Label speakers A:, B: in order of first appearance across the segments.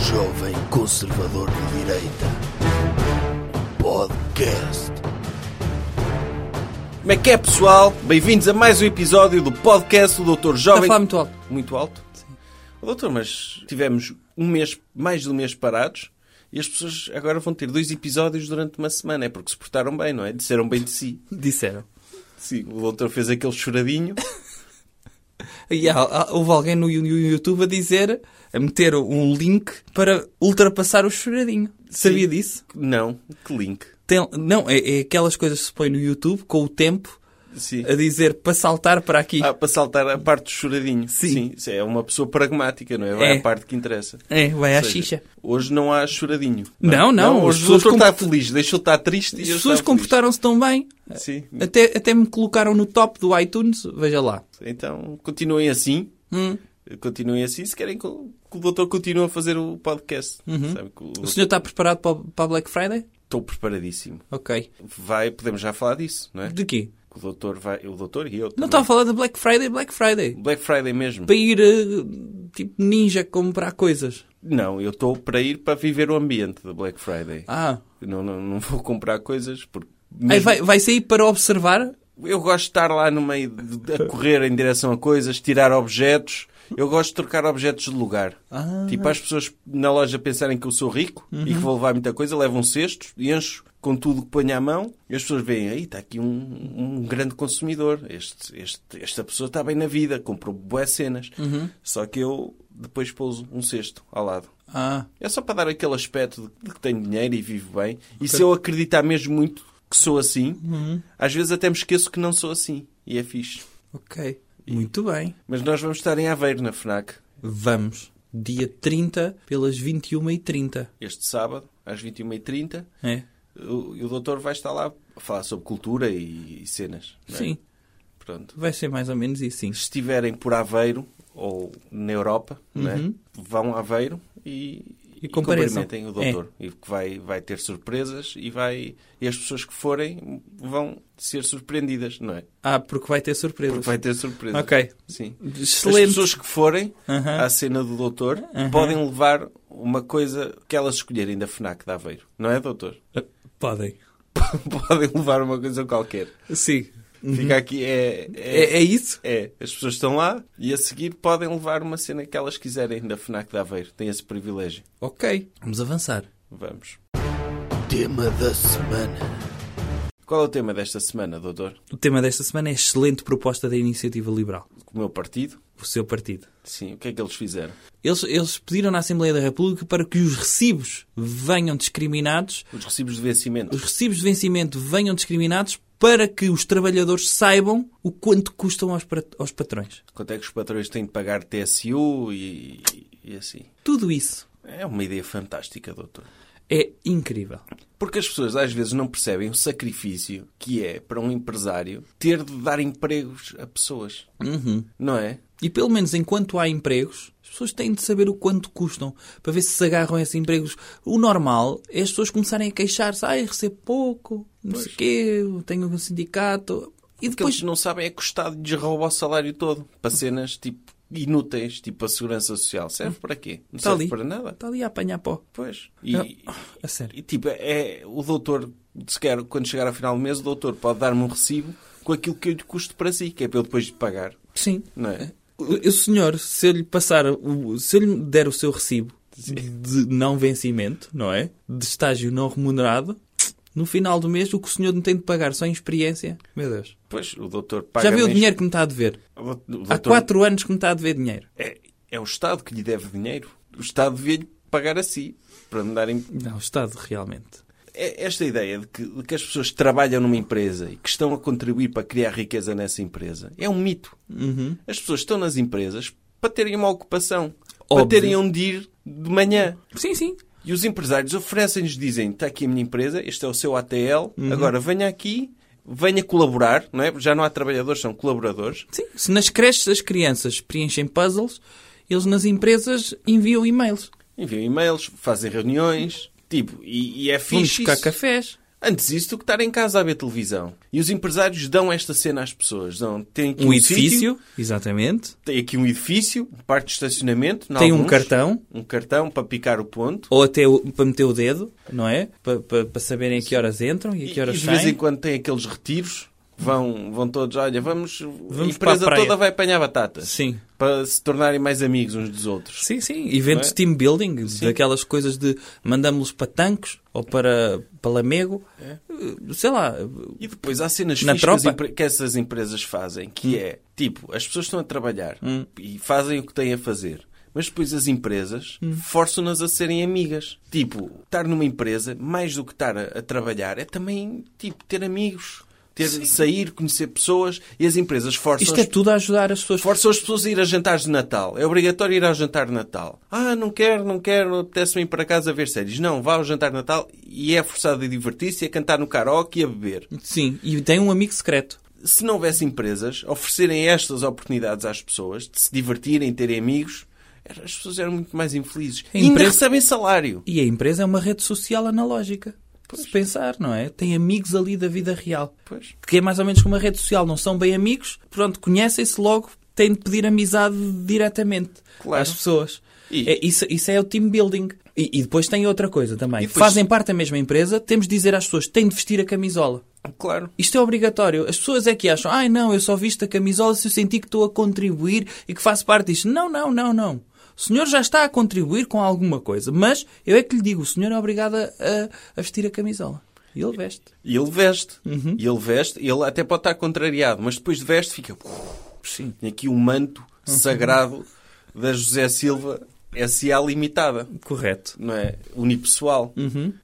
A: Jovem Conservador de Direita. Podcast.
B: Como é que é, pessoal? Bem-vindos a mais um episódio do podcast do Doutor
C: Está a
B: Jovem.
C: falar muito alto.
B: Tá Muito alto? Sim. Doutor, mas tivemos um mês, mais de um mês parados e as pessoas agora vão ter dois episódios durante uma semana. É porque se portaram bem, não é? Disseram bem de si.
C: Disseram.
B: Sim, o doutor fez aquele choradinho.
C: E há- há- houve alguém no Yu- Yu- YouTube a dizer, a meter um link para ultrapassar o choradinho. Sabia disso?
B: Não, que link.
C: Tem- não, é, é aquelas coisas que se põe no YouTube com o tempo
B: Sim.
C: a dizer para saltar para aqui.
B: Ah, para saltar a parte do choradinho.
C: Sim.
B: isso é uma pessoa pragmática, não é? Vai
C: É.
B: à parte que interessa.
C: é, vai à
B: Ou seja,
C: xixa.
B: Hoje não há choradinho.
C: Não, não, as
B: hoje o
C: pessoas
B: doutor está
C: compor-
B: feliz, deixou de estar triste e
C: As
B: hoje
C: pessoas
B: está feliz.
C: comportaram-se tão bem.
B: Sim,
C: Até, até me colocaram no top do iTunes. Veja lá.
B: Então, continuem assim.
C: Hum.
B: Continuem assim. Se querem que o, que o doutor continue a fazer o podcast. Sabe que o-
C: Uhum. O senhor está preparado para, o- para a Black Friday?
B: Estou preparadíssimo.
C: Ok.
B: Vai, podemos já falar disso, não é?
C: De quê?
B: O doutor vai... O doutor e eu
C: Não
B: também.
C: estava a falar de Black Friday, Black Friday.
B: Black Friday mesmo.
C: Para ir, eh, tipo, ninja comprar coisas.
B: Não, eu estou para ir para viver o ambiente da Black Friday.
C: Ah,
B: Não, não, não vou comprar coisas porque...
C: Aí
B: mesmo-
C: vai, vai sair para observar?
B: Eu gosto de estar lá no meio, de, de- a correr em direção a coisas, tirar objetos. Eu gosto de trocar objetos de lugar. Tipo, as pessoas na loja pensarem que eu sou rico e que vou levar muita coisa, levam cestos e encho com tudo que ponho à mão. E as pessoas veem, aí está aqui um, um grande consumidor. Este, este- esta pessoa está bem na vida, comprou boas cenas. Só que eu depois pouso um cesto ao lado.
C: Ah,
B: É só para dar aquele aspecto de de que tenho dinheiro e vivo bem. E se eu acreditar mesmo muito que sou assim, às vezes até me esqueço que não sou assim. E é fixe.
C: ok. Muito bem.
B: Mas nós vamos estar em Aveiro, na FNAC,
C: Vamos. Dia 30 pelas 21h30.
B: este sábado, às 21h30.
C: É?
B: O, e o doutor vai estar lá a falar sobre cultura e, e cenas. não é?
C: Sim.
B: Pronto.
C: Vai ser mais ou menos isso, sim.
B: Se estiverem por Aveiro ou na Europa, não é? vão a Aveiro e,
C: Uhum. E compareçam. É.
B: cumprimentem o doutor. E que vai, vai ter surpresas e, vai, e as pessoas que forem vão ser surpreendidas, não é?
C: Ah, porque vai ter surpresas.
B: Porque vai ter surpresas.
C: Ok.
B: Sim. As
C: Excelente.
B: pessoas que forem
C: Aham.
B: à cena do doutor
C: Aham.
B: podem levar uma coisa que elas escolherem da FNAC de Aveiro, não é, doutor?
C: Podem.
B: podem levar uma coisa qualquer.
C: Sim.
B: Fica aqui, é-
C: Uhum. É, é isso?
B: É, as pessoas estão lá e a seguir podem levar uma cena que elas quiserem da FNAC de Aveiro. Tem esse privilégio.
C: Ok. Vamos avançar.
B: Vamos.
A: Tema da semana.
B: Qual é o tema desta semana, doutor?
C: O tema desta semana é excelente proposta da Iniciativa Liberal.
B: O meu partido?
C: O seu partido.
B: Sim, o que é que eles fizeram?
C: Eles, eles pediram na Assembleia da República para que os recibos venham discriminados
B: Os recibos de vencimento.
C: os recibos de vencimento venham discriminados para que os trabalhadores saibam o quanto custam aos, pra- aos patrões.
B: Quanto é que os patrões têm de pagar TSU e, e assim?
C: Tudo isso
B: É uma ideia fantástica, doutor.
C: é incrível.
B: Porque as pessoas às vezes não percebem o sacrifício que é para um empresário ter de dar empregos a pessoas. Não é?
C: E pelo menos enquanto há empregos, as pessoas têm de saber o quanto custam para ver se se agarram a esses empregos. O normal é as pessoas começarem a queixar-se: ai, recebo pouco, não sei o quê, tenho um sindicato. E
B: O que eles
C: depois.
B: não sabem é que o Estado lhes rouba o salário todo para cenas tipo inúteis, tipo a segurança social. Serve para quê? Não
C: Está
B: serve
C: Tá ali.
B: para nada.
C: Está ali a apanhar pó.
B: Pois. E,
C: Não. A sério.
B: e, tipo, é o doutor, se quer, quando chegar ao final do mês, o doutor pode dar-me um recibo com aquilo que eu lhe custo para si, que é para eu depois de pagar.
C: Sim.
B: Não é?
C: O o senhor, se eu lhe passar, o- se eu lhe der o seu recibo de não vencimento, não é? De estágio não remunerado, no final do mês, o que o senhor não tem de pagar só em experiência, meu Deus. Ah,
B: Pois, o doutor paga.
C: Já viu o
B: mês-
C: dinheiro que me está a dever?
B: O doutor-
C: Há quatro anos que me está a dever dinheiro.
B: É, é o Estado que lhe deve dinheiro. O Estado devia-lhe pagar a si para me darem
C: Não, o Estado realmente.
B: É Esta ideia de que, de que as pessoas trabalham numa empresa e que estão a contribuir para criar riqueza nessa empresa é um mito.
C: Uhum.
B: As pessoas estão nas empresas para terem uma ocupação, para
C: Óbvio.
B: terem onde ir de manhã.
C: Sim, sim.
B: E os empresários oferecem-lhes, dizem: está aqui a minha empresa, este é o seu ATL,
C: Uhum.
B: agora venha aqui, venha colaborar, não é? Já não há trabalhadores, são colaboradores.
C: sim. Se nas creches as crianças preenchem puzzles, eles nas empresas enviam e-mails.
B: Enviam e-mails, fazem reuniões, tipo, e, e é
C: Vamos
B: fixe.
C: buscar
B: isso.
C: cafés.
B: Antes disso do que estar em casa a ver televisão. E os empresários dão esta cena às pessoas. Dão, tem aqui
C: Um edifício,
B: sítio,
C: exatamente.
B: tem aqui um edifício, um parque de estacionamento. em
C: Tem um
B: alguns,
C: cartão.
B: Um cartão para picar o ponto.
C: Ou até o- para meter o dedo, não é? Para, para, para saberem a que horas entram e a que
B: E,
C: horas
B: de vez em
C: saem.
B: quando tem aqueles retiros. Vão, vão todos, olha, vamos, a
C: Vamos para a
B: empresa
C: praia.
B: toda vai apanhar batatas.
C: Sim.
B: Para se tornarem mais amigos uns dos outros.
C: Sim, sim. Eventos
B: Não é?
C: team building, daquelas coisas de mandamos-los para tanques ou para, para Lamego.
B: É.
C: Eh, Sei lá.
B: E depois há cenas
C: Na
B: fixas que as
C: tropa? Hum.
B: empre- que essas empresas fazem, que é, tipo, as pessoas estão a trabalhar e fazem o que têm a fazer. Mas depois as empresas
C: Hum.
B: forçam-nas a serem amigas. Tipo, estar numa empresa, mais do que estar a, a trabalhar, é também, tipo, ter amigos. Ter, sair, conhecer pessoas. E as empresas forçam
C: Isto é
B: as
C: tudo a ajudar as pessoas.
B: Forçam as pessoas a ir a jantares de Natal. É obrigatório ir ao jantar de Natal. Ah, não quero, não quero, apetece-me ir para casa ver séries. Não, vá ao jantar de Natal e é forçado a divertir-se, a cantar no karaoke e a beber.
C: Sim. E tem um amigo secreto.
B: Se não houvesse empresas a oferecerem estas oportunidades às pessoas, de se divertirem, terem amigos, era- as pessoas eram muito mais infelizes.
C: A
B: E ainda
C: empresa-
B: recebem salário.
C: E a empresa é uma rede social analógica. Se pensar, não é? Tem amigos ali da vida real.
B: Pois.
C: Que é mais ou menos como uma rede social. Não são bem amigos, pronto, conhecem-se logo, têm de pedir amizade diretamente
B: Claro.
C: às pessoas.
B: E-
C: É, isso, isso é o team building. E, e depois tem outra coisa também.
B: E depois-
C: Fazem parte da mesma empresa, temos de dizer às pessoas, têm de vestir a camisola.
B: Claro.
C: Isto é obrigatório. As pessoas é que acham, ai não, eu só visto a camisola se eu senti que estou a contribuir e que faço parte disto. Não, não, não, não. O senhor já está a contribuir com alguma coisa, mas eu é que lhe digo, o senhor é obrigado a, a vestir a camisola. E ele veste.
B: E ele veste.
C: Uhum.
B: E ele veste, ele até pode estar contrariado, mas depois de veste fica.
C: Sim.
B: Tem aqui o manto
C: Uhum.
B: sagrado da José Silva S.A. Limitada,
C: Correto.
B: não é? Unipessoal.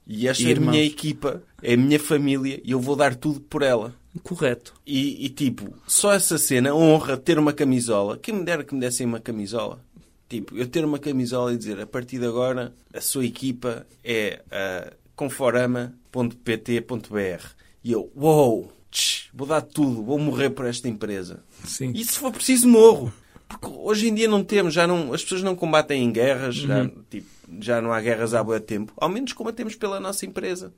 B: E esta é a
C: Uhum. E irmãos.
B: minha equipa, é a minha família e eu vou dar tudo por ela.
C: Correto.
B: E, e, tipo, só essa cena honra ter uma camisola. Quem me dera que me dessem uma camisola. Tipo, eu ter uma camisola e dizer a partir de agora a sua equipa é a conforama.pt.br. E eu, uou, tch, vou dar tudo, vou morrer por esta empresa.
C: Sim.
B: E se for preciso, morro. Porque hoje em dia não temos, já não, as pessoas não combatem em guerras, já,
C: Uhum.
B: tipo, já não há guerras há boa tempo. Ao menos combatemos pela nossa empresa.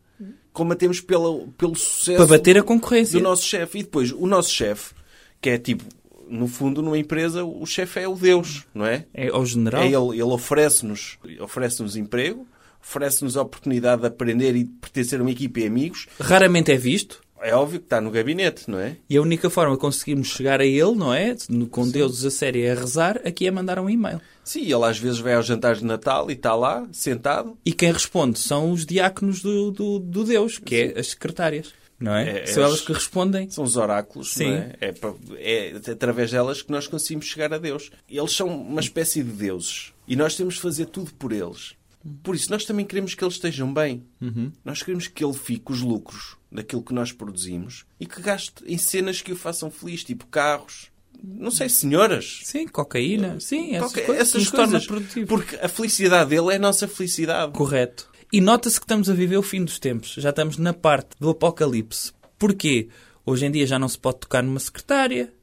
B: Combatemos pela, pelo sucesso
C: Para bater a
B: assim do
C: concorrência.
B: nosso chefe. E depois, o nosso chefe, que é tipo, no fundo, numa empresa, o chefe é o Deus, não é?
C: É ao general.
B: É ele, ele oferece-nos oferece emprego, oferece-nos a oportunidade de aprender e de pertencer a uma equipe e amigos.
C: Raramente é visto.
B: É óbvio que está no gabinete, não é?
C: E a única forma de conseguirmos chegar a ele, não é? No- Com deuses a sério e a rezar, aqui é mandar um e-mail.
B: Sim, ele às vezes vai aos jantares de Natal e está lá, sentado.
C: E quem responde são os diáconos do, do, do Deus, que é as secretárias, não é?
B: É,
C: são
B: as-
C: elas que respondem.
B: São os oráculos,
C: Sim.
B: não é? É, pra- é através delas que nós conseguimos chegar a Deus. Eles são uma espécie de deuses e nós temos de fazer tudo por eles. Por isso, nós também queremos que eles estejam bem.
C: Uhum.
B: Nós queremos que ele fique com os lucros daquilo que nós produzimos e que gaste em cenas que o façam feliz, tipo carros, não sei, senhoras.
C: Sim, cocaína, sim, essas
B: Qualquer-
C: coisas que
B: essas
C: nos
B: coisas.
C: torna produtivo.
B: Porque a felicidade dele é a nossa felicidade.
C: Correto. E nota-se que estamos a viver o fim dos tempos. Já estamos na parte do apocalipse. Porquê? Hoje em dia já não se pode tocar numa secretária,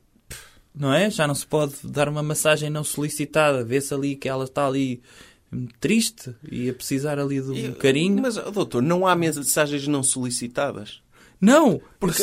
C: não é? Já não se pode dar uma massagem não solicitada. Vê-se ali que ela está ali hum, triste e a precisar ali de um carinho.
B: Mas, ó, doutor, não há mensagens não solicitadas.
C: Não, porque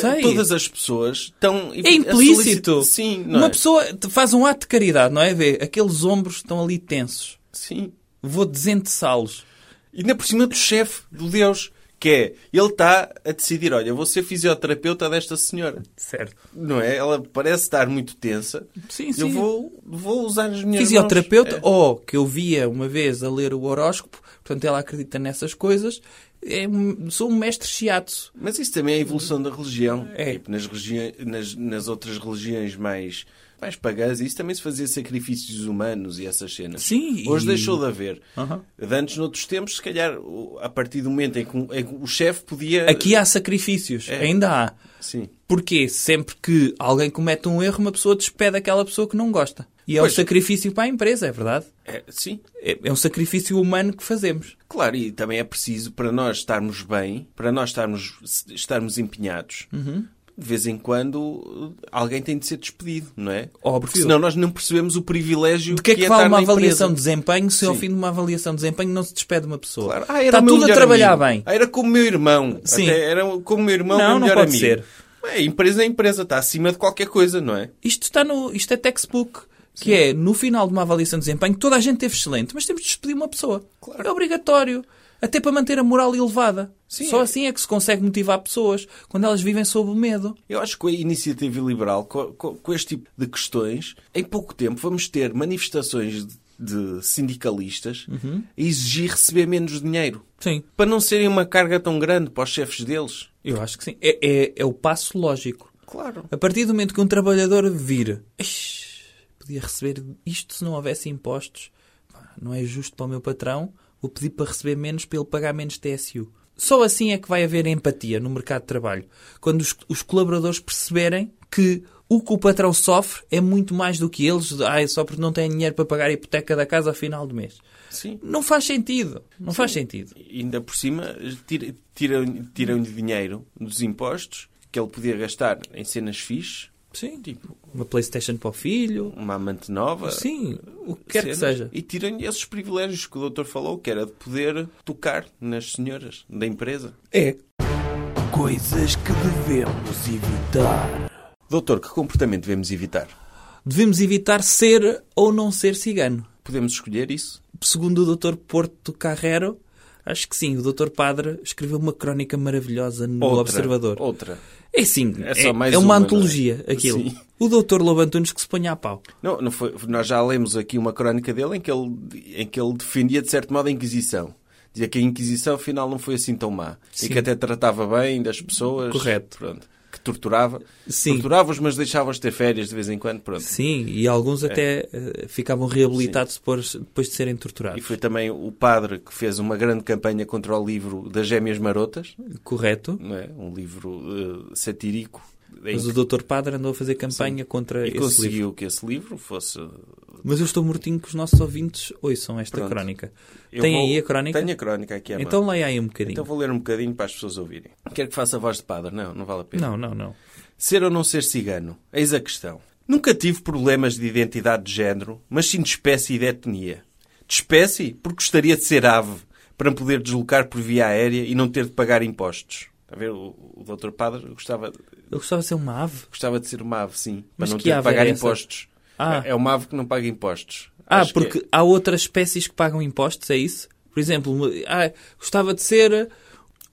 B: Porque
C: sei.
B: todas as pessoas estão.
C: É implícito.
B: Sim, não
C: Uma
B: é?
C: pessoa te- faz um ato de caridade, não é? Vê, aqueles ombros estão ali tensos.
B: Sim.
C: Vou desenteçá-los.
B: E ainda por cima do chefe, do Deus, que é. Ele está a decidir: olha, eu vou ser fisioterapeuta desta senhora.
C: Certo.
B: Não é? Ela parece estar muito tensa.
C: Sim,
B: Eu
C: sim.
B: vou, vou usar as minhas. É.
C: Fisioterapeuta,
B: mãos.
C: ou que eu via uma vez a ler o horóscopo, portanto ela acredita nessas coisas, é um- sou um mestre chiato.
B: Mas isso também é a evolução da religião.
C: É.
B: Tipo, nas, regi... nas, nas outras religiões mais, mais pagãs, isso também se fazia sacrifícios humanos e essas cenas.
C: Sim,
B: Hoje
C: e-
B: deixou de haver.
C: Aham.
B: De antes, noutros tempos, se calhar, o- a partir do momento em que, um- em que o chefe podia.
C: Aqui é- há sacrifícios,
B: É.
C: ainda há.
B: Sim.
C: Porquê? Sempre que alguém comete um erro, uma pessoa despede aquela pessoa que não gosta. E é
B: Pois.
C: um sacrifício para a empresa, é verdade?
B: É, sim.
C: É- é um sacrifício humano que fazemos.
B: Claro, e
C: Uhum.
B: também é preciso para nós estarmos bem, para nós estarmos, estarmos empenhados, de vez em quando alguém tem de ser despedido, não é?
C: Oh,
B: Porque
C: Phil.
B: senão nós não percebemos o privilégio
C: De que é que
B: estar
C: vale uma
B: na
C: avaliação de
B: empresa.
C: desempenho se ao
B: Sim.
C: fim de uma avaliação de desempenho não se despede uma pessoa?
B: Claro. Ah, era
C: Está
B: o meu
C: Tá tudo a
B: melhor
C: trabalhar
B: amigo.
C: bem.
B: Ah, era como meu irmão.
C: Sim.
B: Até era como meu irmão,
C: Não,
B: meu
C: não
B: melhor
C: pode
B: amigo.
C: ser.
B: É, empresa é empresa, está acima de qualquer coisa, não é?
C: Isto, está no, isto é textbook, que é no final de uma avaliação de desempenho, toda a gente teve excelente, mas temos de despedir uma pessoa.
B: Claro.
C: É obrigatório. Até para manter a moral elevada.
B: Sim,
C: Só
B: é.
C: assim é que se consegue motivar pessoas quando elas vivem sob o medo.
B: Eu acho que a iniciativa liberal, co- co- com, este tipo de questões, em pouco tempo vamos ter manifestações de, de sindicalistas
C: Uhum.
B: a exigir receber menos dinheiro.
C: Sim,
B: Para não serem uma carga tão grande para os chefes deles.
C: eu acho que sim. É, é, é o passo lógico.
B: Claro.
C: A partir do momento que um trabalhador vir, "Ixi, podia receber isto se não houvesse impostos, Pá, não é justo para o meu patrão, vou pedir para receber menos para ele pagar menos TSU. Só assim é que vai haver empatia no mercado de trabalho. Quando os, os colaboradores perceberem que o que o patrão sofre é muito mais do que eles, ah, é só porque não têm dinheiro para pagar a hipoteca da casa ao final do mês.
B: Sim.
C: Não faz sentido. Não faz sentido.
B: E ainda por cima, tira- tiram- tiram-lhe dinheiro dos impostos que ele podia gastar em cenas fixe,
C: Sim, tipo, ah, uma Playstation para o filho.
B: uma amante nova.
C: Sim, o que quer que
B: cenas,
C: seja.
B: E tiram-lhe esses privilégios que o doutor falou, que era de poder tocar nas senhoras da empresa.
C: É.
A: Coisas que devemos evitar.
B: Doutor, que comportamento devemos evitar?
C: devemos evitar ser ou não ser cigano.
B: Podemos escolher isso?
C: Segundo o Dr. Porto Carrero, acho que sim, o Dr. Padre escreveu uma crónica maravilhosa no Observador.
B: Outra.
C: É sim,
B: É
C: é,
B: só mais
C: é
B: uma,
C: uma
B: não é?
C: antologia aquilo.
B: Sim.
C: O Dr. Lobo Antunes que se ponha a pau.
B: Não, não foi, nós já lemos aqui uma crónica dele em que, ele, em que ele defendia, de certo modo, a Inquisição. Dizia que a Inquisição, afinal, não foi assim tão má. E
C: Sim.
B: que até tratava bem das pessoas.
C: Correto.
B: Pronto, que torturava.
C: Sim.
B: Torturava-os, mas deixava-os ter férias de vez em quando. Pronto.
C: Sim, e
B: É.
C: alguns até eh, ficavam reabilitados depois, depois de serem
B: E
C: torturados.
B: foi também o padre que fez uma grande campanha contra o livro das Gêmeas Marotas,
C: Correto.
B: não é? um livro eh, satírico. em
C: Mas
B: que-
C: o Dr. Padre andou a fazer campanha contra
B: e
C: esse
B: conseguiu
C: livro.
B: que esse livro fosse.
C: Mas eu estou mortinho que os nossos ouvintes ouçam esta
B: Pronto.
C: crónica.
B: Eu
C: Tem
B: vou-
C: aí a crónica?
B: Tenho a crónica aqui à mão.
C: Então leia aí um bocadinho.
B: Então vou ler um bocadinho para as pessoas ouvirem. Quero que faça a voz de padre. Não, não vale a pena.
C: Não, não, não.
B: Ser ou não ser cigano? Eis a questão. Nunca tive problemas de identidade de género, mas sim de espécie e de etnia. De espécie, porque gostaria de ser ave, para me poder deslocar por via aérea e não ter de pagar impostos. Está a ver? O, o doutor Padre gostava,
C: Eu gostava de ser uma ave.
B: gostava de ser uma ave, sim, para
C: Mas
B: não
C: que
B: ter de
C: ave
B: pagar
C: era essa?
B: impostos.
C: Ah.
B: É é uma ave que não paga impostos.
C: Ah,
B: Acho que é.
C: porque há outras espécies que pagam impostos, é isso? Por exemplo, me- ah, gostava de ser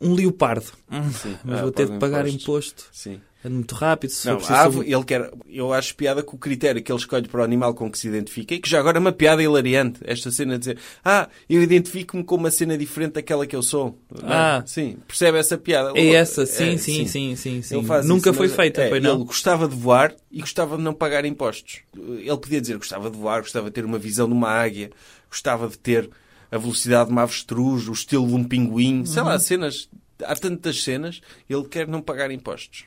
C: um leopardo. Hum, mas
B: ah,
C: vou ter
B: pagam
C: de pagar
B: impostos.
C: imposto.
B: Sim.
C: Ando muito rápido, se
B: Não,
C: for
B: a
C: preciso.
B: ave,
C: sou-
B: ele quer, eu acho piada que o critério que ele escolhe para o animal com que se identifica, e que já agora é uma piada hilariante, esta cena de dizer, ah, eu identifico-me com uma cena diferente daquela que eu sou. Não é?
C: Ah.
B: Sim, percebe essa piada?
C: É essa, sim,
B: É,
C: sim, sim, sim, sim.
B: Ele faz
C: Nunca
B: isso,
C: foi
B: mas-
C: feita,
B: é,
C: foi não?
B: Ele gostava de voar e gostava de não pagar impostos. Ele podia dizer gostava de voar, gostava de ter uma visão de uma águia, gostava de ter a velocidade de uma avestruz, o estilo de um pinguim, sei
C: Uhum.
B: lá, cenas. Há tantas cenas, ele quer não pagar impostos.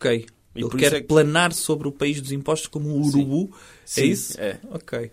C: Ok.
B: E
C: ele
B: por
C: quer
B: isso é que-
C: planar sobre o país dos impostos como o urubu.
B: Sim,
C: é isso?
B: é.
C: Ok.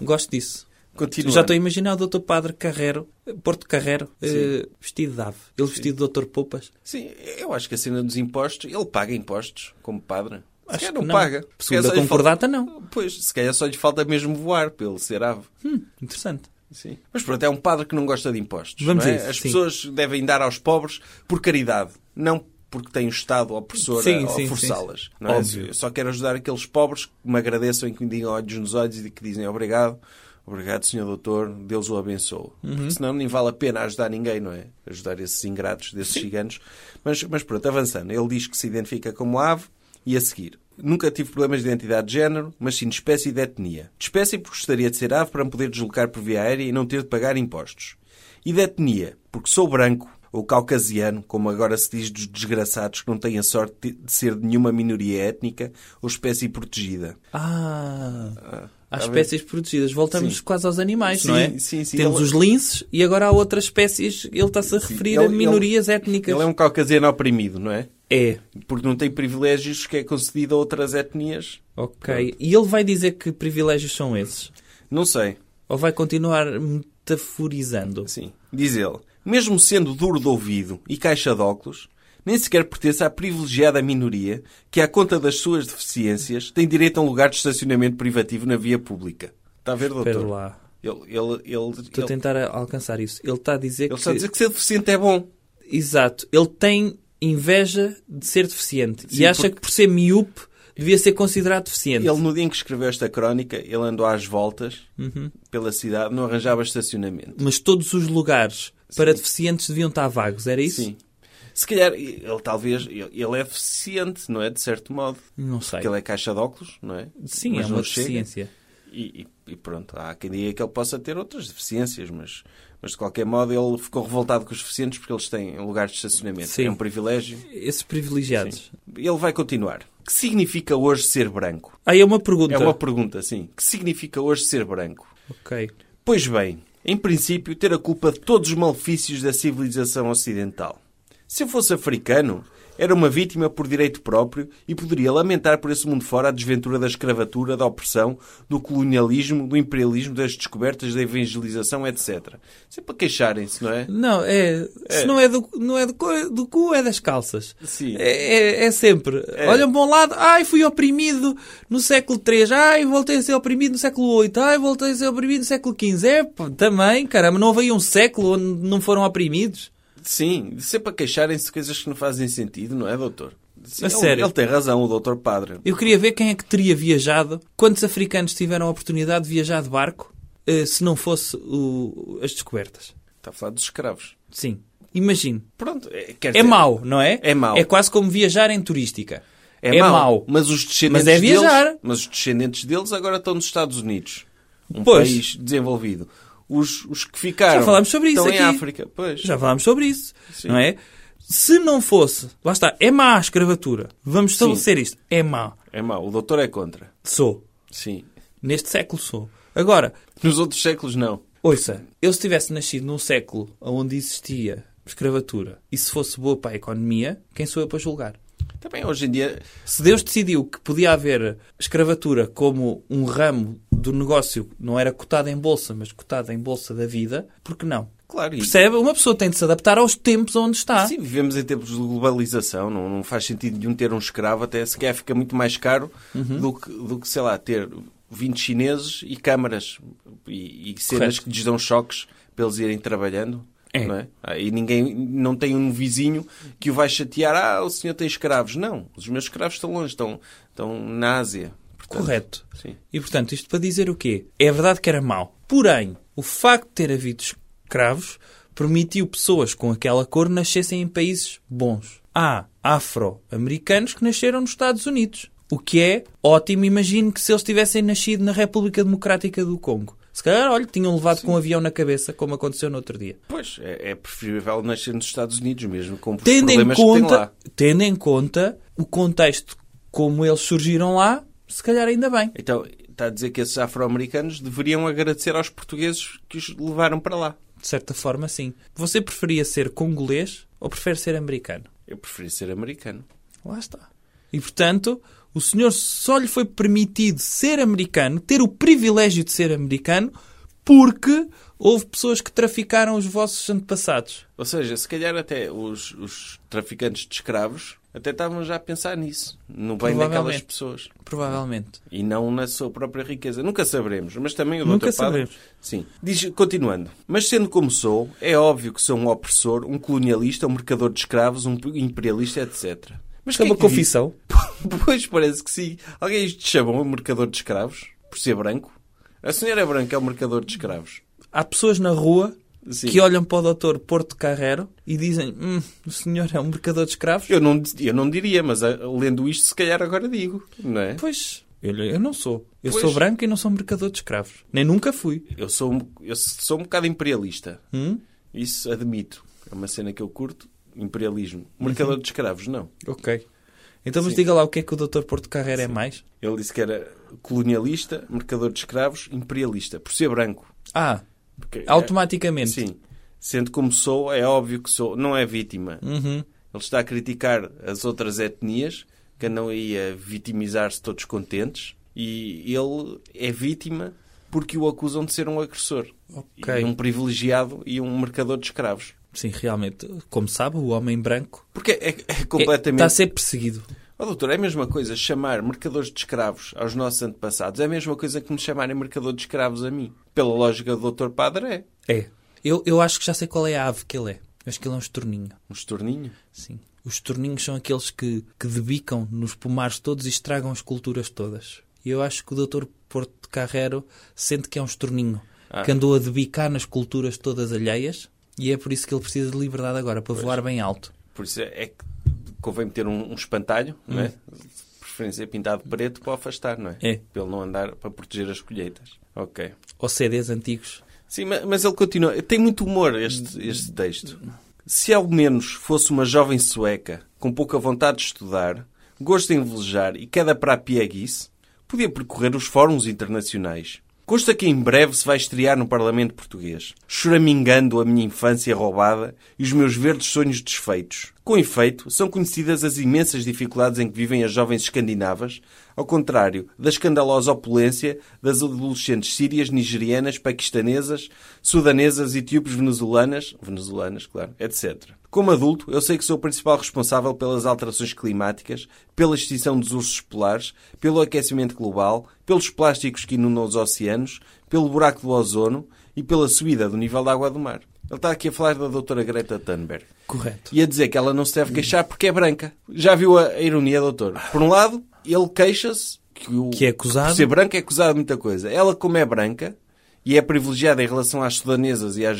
C: Gosto disso.
B: Continua.
C: Já estou a imaginar o Dr. Padre Carrero, eh, Porto Carrero, eh, vestido de ave. Ele vestido de Dr. Poupas.
B: Sim, eu acho que a cena dos impostos, ele paga impostos como padre.
C: Acho
B: se calhar
C: que
B: não,
C: não.
B: paga. é
C: Segundo
B: Se calhar
C: a
B: só lhe
C: concordata, não.
B: Pois, se calhar só lhe falta mesmo voar pelo ser ave.
C: Hum, Interessante.
B: Sim. Mas pronto, é um padre que não gosta de impostos.
C: Vamos
B: não é?
C: a isso,
B: As
C: sim.
B: pessoas devem dar aos pobres por caridade, não porque tem o Estado opressor a,
C: Sim,
B: a
C: sim, sim.
B: forçá-las. não é?
C: Óbvio.
B: Eu só quero ajudar aqueles pobres que me agradeçam e que me digam olhos nos olhos e que dizem obrigado, obrigado, senhor doutor, Deus o abençoe. Porque senão nem vale a pena ajudar ninguém, não é? Ajudar esses ingratos, desses gigantes. Mas, mas pronto, avançando. Ele diz que se identifica como ave e a seguir. Nunca tive problemas de identidade de género, mas sim de espécie e de etnia. De espécie porque gostaria de ser ave para me poder deslocar por via aérea e não ter de pagar impostos. E de etnia, porque sou branco ou caucasiano, como agora se diz dos desgraçados que não têm a sorte de ser de nenhuma minoria étnica ou espécie protegida.
C: Ah, há
B: tá bem.
C: espécies protegidas. Voltamos
B: Sim.
C: quase aos animais,
B: Sim,
C: não é?
B: sim, sim.
C: Temos
B: Ele-
C: os linces e agora há outras espécies. Ele está-se a referir a
B: Ele- ele-
C: minorias étnicas.
B: Ele é um caucasiano oprimido, não é?
C: É,
B: Porque não tem privilégios que é concedido a outras etnias.
C: ok. E ele vai dizer que privilégios são esses?
B: Não sei.
C: Ou vai continuar metaforizando?
B: Sim. Diz ele. Mesmo sendo duro de ouvido e caixa de óculos, nem sequer pertence à privilegiada minoria que, à conta das suas deficiências, tem direito a um lugar de estacionamento privativo na via pública. Está a ver,
C: Espera
B: doutor?
C: lá.
B: Ele, ele, ele,
C: Estou
B: ele,
C: a tentar a- alcançar isso. Ele está a dizer
B: ele
C: que...
B: está a dizer que ser deficiente é bom.
C: Exato. Ele tem inveja de ser deficiente.
B: Sim,
C: e acha
B: porque-
C: que por ser miúpe devia ser considerado deficiente.
B: Ele, no dia em que escreveu esta crónica, ele andou às voltas
C: Uhum.
B: pela cidade, não arranjava estacionamento.
C: Mas todos os lugares para deficientes deviam estar vagos, era isso?
B: Sim. Se calhar, ele talvez... Ele ele é deficiente, não é? De certo modo.
C: Não sei.
B: Porque ele é caixa de óculos, não é?
C: Sim,
B: Mas
C: é
B: não
C: uma
B: chega.
C: deficiência.
B: E, e- e pronto, há quem diga que ele possa ter outras deficiências, mas, mas de qualquer modo ele ficou revoltado com os deficientes porque eles têm lugares de estacionamento.
C: Sim.
B: É um privilégio.
C: Esses privilegiados.
B: Ele vai continuar. Que significa hoje ser branco?
C: Aí é uma pergunta.
B: É uma pergunta, sim. Que significa hoje ser branco?
C: Ok.
B: Pois bem, em princípio, ter a culpa de todos os malefícios da civilização ocidental. Se eu fosse africano, era uma vítima por direito próprio e poderia lamentar por esse mundo fora a desventura da escravatura, da opressão, do colonialismo, do imperialismo, das descobertas, da evangelização, etc. Sempre a é queixarem-se, não é?
C: Não, é. Se não é do, não é do, co- do cu, é das calças.
B: Sim.
C: É, é, é sempre. Olham para um lado, ai, fui oprimido no século III, ai, voltei a ser oprimido no século VIII, ai, voltei a ser oprimido no século XV. É, pá, também, caramba, não houve aí um século onde não foram oprimidos?
B: Sim, sempre a queixarem-se de coisas que não fazem sentido, não é, doutor? Sim,
C: A
B: ele,
C: sério?
B: ele tem razão, o doutor padre.
C: Eu queria ver quem é que teria viajado, quantos africanos tiveram a oportunidade de viajar de barco, eh, se não fosse o- as descobertas.
B: Está a falar dos escravos.
C: Sim. Imagino.
B: Pronto, é, quer
C: É
B: dizer,
C: mau, não é?
B: É mau.
C: É quase como viajar em turística.
B: É, mau, Mas os descendentes
C: Mas é viajar.
B: Deles, mas os descendentes deles agora estão nos Estados Unidos. Um
C: Pois.
B: país desenvolvido. Os, os que ficaram
C: Já falámos sobre isso
B: estão em
C: aqui.
B: África. Pois.
C: Já falámos sobre isso,
B: Sim.
C: não é? Se não fosse, lá está, é má a escravatura. Vamos estabelecer isto. É má.
B: É mau. O doutor é contra.
C: Sou.
B: Sim.
C: Neste século sou. Agora,
B: Nos outros séculos, não.
C: ouça, eu se tivesse nascido num século onde existia escravatura e se fosse boa para a economia, quem sou eu para julgar?
B: Também hoje em dia...
C: Se Deus decidiu que podia haver escravatura como um ramo do negócio que não era cotado em bolsa, mas cotado em bolsa da vida, por que não?
B: Claro, e-
C: Percebe? Uma pessoa tem de se adaptar aos tempos onde está.
B: Sim, vivemos em tempos de globalização. Não, não faz sentido nenhum ter um escravo. Até sequer fica muito mais caro
C: Uhum.
B: do, que, do que, sei lá, ter 20 chineses e câmaras. E, e cenas
C: Correto.
B: que lhes dão choques para eles irem trabalhando.
C: É.
B: Não é? Ah, E ninguém, não tem um vizinho que o vai chatear. Ah, o senhor tem escravos. Não, os meus escravos estão longe, estão, estão na Ásia. Portanto,
C: Correto.
B: Sim.
C: E portanto, isto para dizer o quê? É verdade que era mau. Porém, o facto de ter havido escravos permitiu pessoas com aquela cor nascessem em países bons. Há afro-americanos que nasceram nos Estados Unidos. O que é ótimo, imagino que se eles tivessem nascido na República Democrática do Congo. Se calhar, olha, tinham levado com um avião na cabeça, como aconteceu no outro dia.
B: Pois, é, é preferível nascer nos Estados Unidos mesmo, com os
C: Tendo em,
B: problemas que tem lá.
C: conta, tendo em conta o contexto como eles surgiram lá, se calhar ainda bem.
B: Então, está a dizer que esses afro-americanos deveriam agradecer aos portugueses que os levaram para lá.
C: De certa forma, sim. Você preferia ser congolês ou prefere ser americano?
B: Eu preferi ser americano.
C: Lá está. E, portanto, o senhor só lhe foi permitido ser americano, ter o privilégio de ser americano, porque houve pessoas que traficaram os vossos antepassados.
B: Ou seja, se calhar até os, os traficantes de escravos até estavam já a pensar nisso, no bem daquelas
C: Provavelmente.
B: pessoas.
C: Provavelmente.
B: E não na sua própria riqueza. Nunca saberemos, mas também o
C: Nunca
B: Dr. Padre...
C: saberemos.
B: Sim. Diz, continuando. Mas sendo como sou, é óbvio que sou um opressor, um colonialista, um mercador de escravos, um imperialista, etc. Mas
C: Isto
B: quem
C: é uma
B: que disse?
C: confissão.
B: Pois, parece que sim. Alguém isto chamou um mercador de escravos, por ser branco. A senhora é branca, é o mercador de escravos.
C: Há pessoas na rua
B: Sim.
C: que olham para o doutor Porto Carrero e dizem hum, o senhor é um mercador de escravos?
B: Eu não, eu não diria, mas ah, lendo isto, se calhar agora digo, não é?
C: Pois, eu, eu não sou. Eu
B: Pois.
C: sou branco e não sou um mercador de escravos. Nem nunca fui.
B: Eu sou, um- eu sou um bocado imperialista. Isso admito. É uma cena que eu curto. Imperialismo. Mercador de escravos, não.
C: Ok. Então, mas diga lá o que é que o Dr. Porto Carreira é mais?
B: Ele disse que era colonialista, mercador de escravos, imperialista, por ser branco.
C: Ah,
B: Porque é-
C: automaticamente.
B: Sim. Sendo como sou, é óbvio que sou. Não é vítima.
C: Uhum.
B: Ele está a criticar as outras etnias que andam aí a vitimizar-se todos contentes. E ele é vítima porque o acusam de ser um agressor.
C: Ok.
B: E um privilegiado e um mercador de escravos.
C: Sim, realmente. Como sabe, o homem branco
B: Porque é, é
C: é- está a
B: completamente.
C: ser perseguido.
B: Ó, doutor, é a mesma coisa chamar mercadores de escravos aos nossos antepassados. É a mesma coisa que me chamarem mercador de escravos a mim. Pela lógica do doutor Padre, é.
C: É. Eu, eu acho que já sei qual é a ave que ele é. Eu acho que ele é um estorninho.
B: Um estorninho.
C: Sim. Os estorninhos são aqueles que, que debicam nos pomares todos e estragam as culturas todas. E eu acho que o Dr. Porto Carrero sente que é um estorninho
B: Ah.
C: que andou a debicar nas culturas todas alheias e é por isso que ele precisa de liberdade agora, para voar bem alto.
B: Por isso é, é que convém meter um, um espantalho, não é? De preferência pintado de preto para o afastar, não é?
C: É.
B: Para ele não andar, para proteger as colheitas. Ok.
C: Ou CDs antigos.
B: Sim, ma- mas ele continua. Tem muito humor este, este texto. Se ao menos fosse uma jovem sueca, com pouca vontade de estudar, gosto em velejar e queda para a pieguice, podia percorrer os fóruns internacionais. Consta que em breve se vai estrear no Parlamento Português, choramingando a minha infância roubada e os meus verdes sonhos desfeitos. Com efeito, são conhecidas as imensas dificuldades em que vivem as jovens escandinavas, ao contrário da escandalosa opulência das adolescentes sírias, nigerianas, paquistanesas, sudanesas, etíopes, venezuelanas, venezuelanas, claro, etc. Como adulto, eu sei que sou o principal responsável pelas alterações climáticas, pela extinção dos ursos polares, pelo aquecimento global, pelos plásticos que inundam os oceanos, pelo buraco do ozono e pela subida do nível da água do mar. Ele está aqui a falar da doutora Greta Thunberg.
C: Correto.
B: E a dizer que ela não se deve queixar porque é branca. Já viu a, a ironia, doutor? Por um lado, ele queixa-se que, o,
C: Que é acusado.
B: por ser branca é acusado de muita coisa. Ela, como é branca e é privilegiada em relação às sudanesas e às.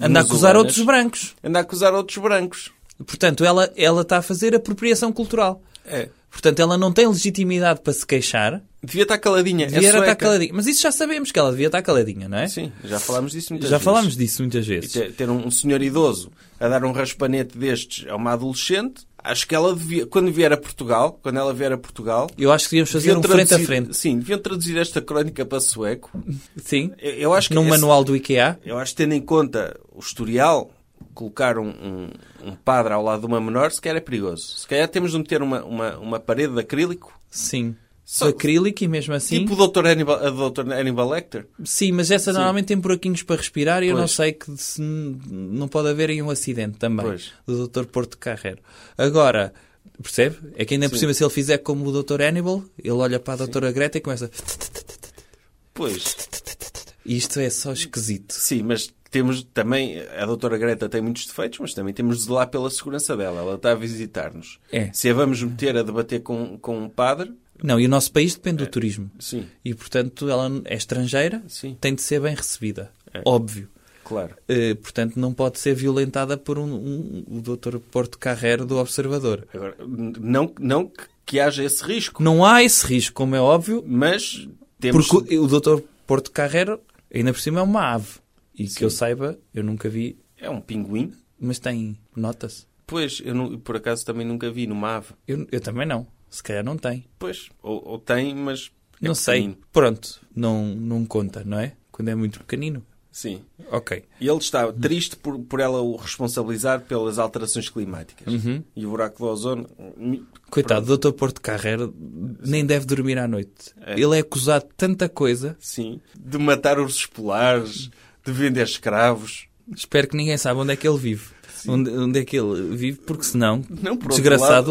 C: Anda a acusar
B: venezuelanas,
C: outros brancos.
B: Anda a acusar outros brancos.
C: Portanto, ela, ela está a fazer apropriação cultural.
B: É.
C: Portanto, ela não tem legitimidade para se queixar.
B: Devia estar caladinha. é
C: Devia era
B: sueca.
C: estar caladinha. Mas isso já sabemos que ela devia estar caladinha, não é?
B: Sim, já falámos disso muitas
C: Já
B: vezes.
C: falámos disso muitas
B: E
C: vezes.
B: ter, ter um, um senhor idoso a dar um raspanete destes a uma adolescente, acho que ela devia, quando vier a Portugal, quando ela vier a Portugal,
C: Eu acho que devíamos fazer
B: deviam
C: um frente a
B: traduzir-
C: frente.
B: Sim, deviam traduzir esta crónica para sueco.
C: Sim.
B: Eu, eu acho que
C: Num
B: esse-
C: manual do IKEA.
B: Eu acho que tendo em conta o historial, colocar um, um, um padre ao lado de uma menor, se calhar é perigoso. Se calhar temos de meter uma, uma, uma parede de acrílico,
C: Sim.
B: Só-
C: Só acrílico e mesmo assim.
B: tipo o Dr. Hannibal, a do Dr. Hannibal Lecter.
C: Sim, mas essa normalmente tem buraquinhos para respirar e eu não
B: Pois.
C: sei que se n- não pode haver aí um acidente também
B: Pois.
C: do Dr. Porto Carreiro. Agora, percebe? É que ainda por cima se ele fizer como o Dr. Hannibal, ele olha para a Dra. Greta e começa.
B: Pois,
C: Isto é só esquisito.
B: sim, mas temos também, a Dra Greta tem muitos defeitos, mas também temos de zelar pela segurança dela. Ela está a visitar-nos.
C: É.
B: Se a vamos meter a debater com, com um padre,
C: Não, e o nosso país depende
B: É.
C: do turismo.
B: sim,
C: E portanto ela é estrangeira,
B: Sim. É.
C: tem de ser bem recebida. Óbvio.
B: claro.
C: Eh, portanto, não pode ser violentada por um, um- o Dr. Porto Carreiro do Observador.
B: Agora, n- não, não que- que haja esse risco,
C: Não há esse risco, como é óbvio,
B: mas temos...
C: Porque o Dr. Porto Carreiro, ainda por cima, é uma ave. E que eu saiba, eu nunca vi,
B: É um pinguim.
C: mas tem notas.
B: Pois, eu nu- por acaso também nunca vi numa ave.
C: Eu, eu também não. Se calhar não tem.
B: Pois, ou, ou tem, mas. é
C: não sei.
B: pequenino.
C: Pronto, não, não conta, não é? Quando é muito pequenino.
B: Sim.
C: Ok.
B: E ele está triste por, por ela o responsabilizar pelas alterações climáticas.
C: Uhum.
B: E o buraco do ozono.
C: Coitado, o Dr. Porto Carreiro nem deve dormir à noite. Ele é acusado de tanta coisa.
B: Sim. De matar ursos polares, de vender escravos.
C: Espero que ninguém saiba onde é que ele vive. Onde, onde é que ele vive, porque senão,
B: Não, por outro
C: desgraçado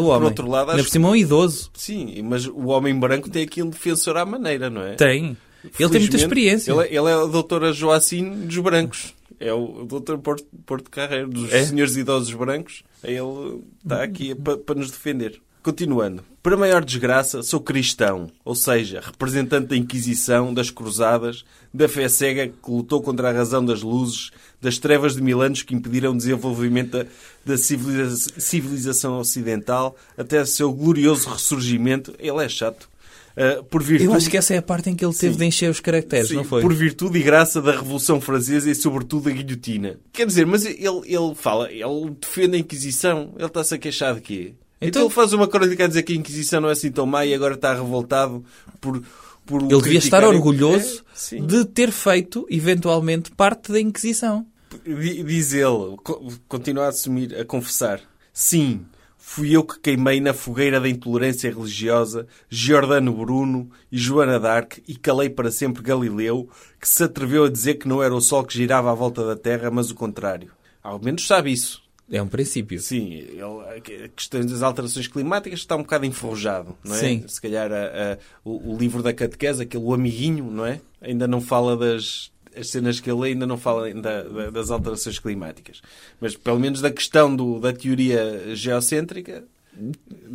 B: lado-
C: é o
B: por
C: homem.
B: outro lado,
C: Ainda
B: acho
C: por cima é um idoso.
B: Sim, mas o homem branco tem aqui um defensor à maneira, não é?
C: Tem. Ele tem muita
B: Felizmente,
C: experiência.
B: Ele, é- ele é a doutora Joacine dos brancos. É o doutor Porto, Porto Carreiro, dos
C: É?
B: senhores idosos brancos. É Ele está aqui para nos defender. Continuando. Para maior desgraça, sou cristão, ou seja, representante da Inquisição, das Cruzadas, da fé cega que lutou contra a razão das luzes, das trevas de mil anos que impediram o desenvolvimento da, da civiliza- civilização ocidental, até seu glorioso ressurgimento. Ele é chato. Ah, por virtude...
C: Eu acho que essa é a parte em que ele teve de encher os caracteres,
B: Sim,
C: não foi?
B: Por virtude e graça da Revolução Francesa e, sobretudo, da guilhotina. Quer dizer, mas ele, ele fala, ele defende a Inquisição, ele está-se a queixar de quê? Então,
C: Então-
B: ele faz uma crónica a dizer que a Inquisição não é assim tão má e agora está revoltado por. por o
C: Ele devia estar
B: criticarem.
C: orgulhoso
B: É, sim.
C: de ter feito, eventualmente, parte da Inquisição.
B: Di- Diz ele, co- continua a assumir, a confessar. Sim, fui eu que queimei na fogueira da intolerância religiosa Giordano Bruno e Joana d'Arc e calei para sempre Galileu, que se atreveu a dizer que não era o Sol que girava à volta da Terra, mas o contrário. Ao ao menos sabe isso.
C: É um princípio.
B: Sim, ele- a questão das alterações climáticas está um bocado enferrujado, não é?
C: Sim.
B: Se calhar a- a- o, o livro da catequese, aquele o amiguinho, não é? Ainda não fala das as cenas que ele lê, ainda não fala ainda da- das alterações climáticas. Mas pelo menos da questão do, da teoria geocêntrica,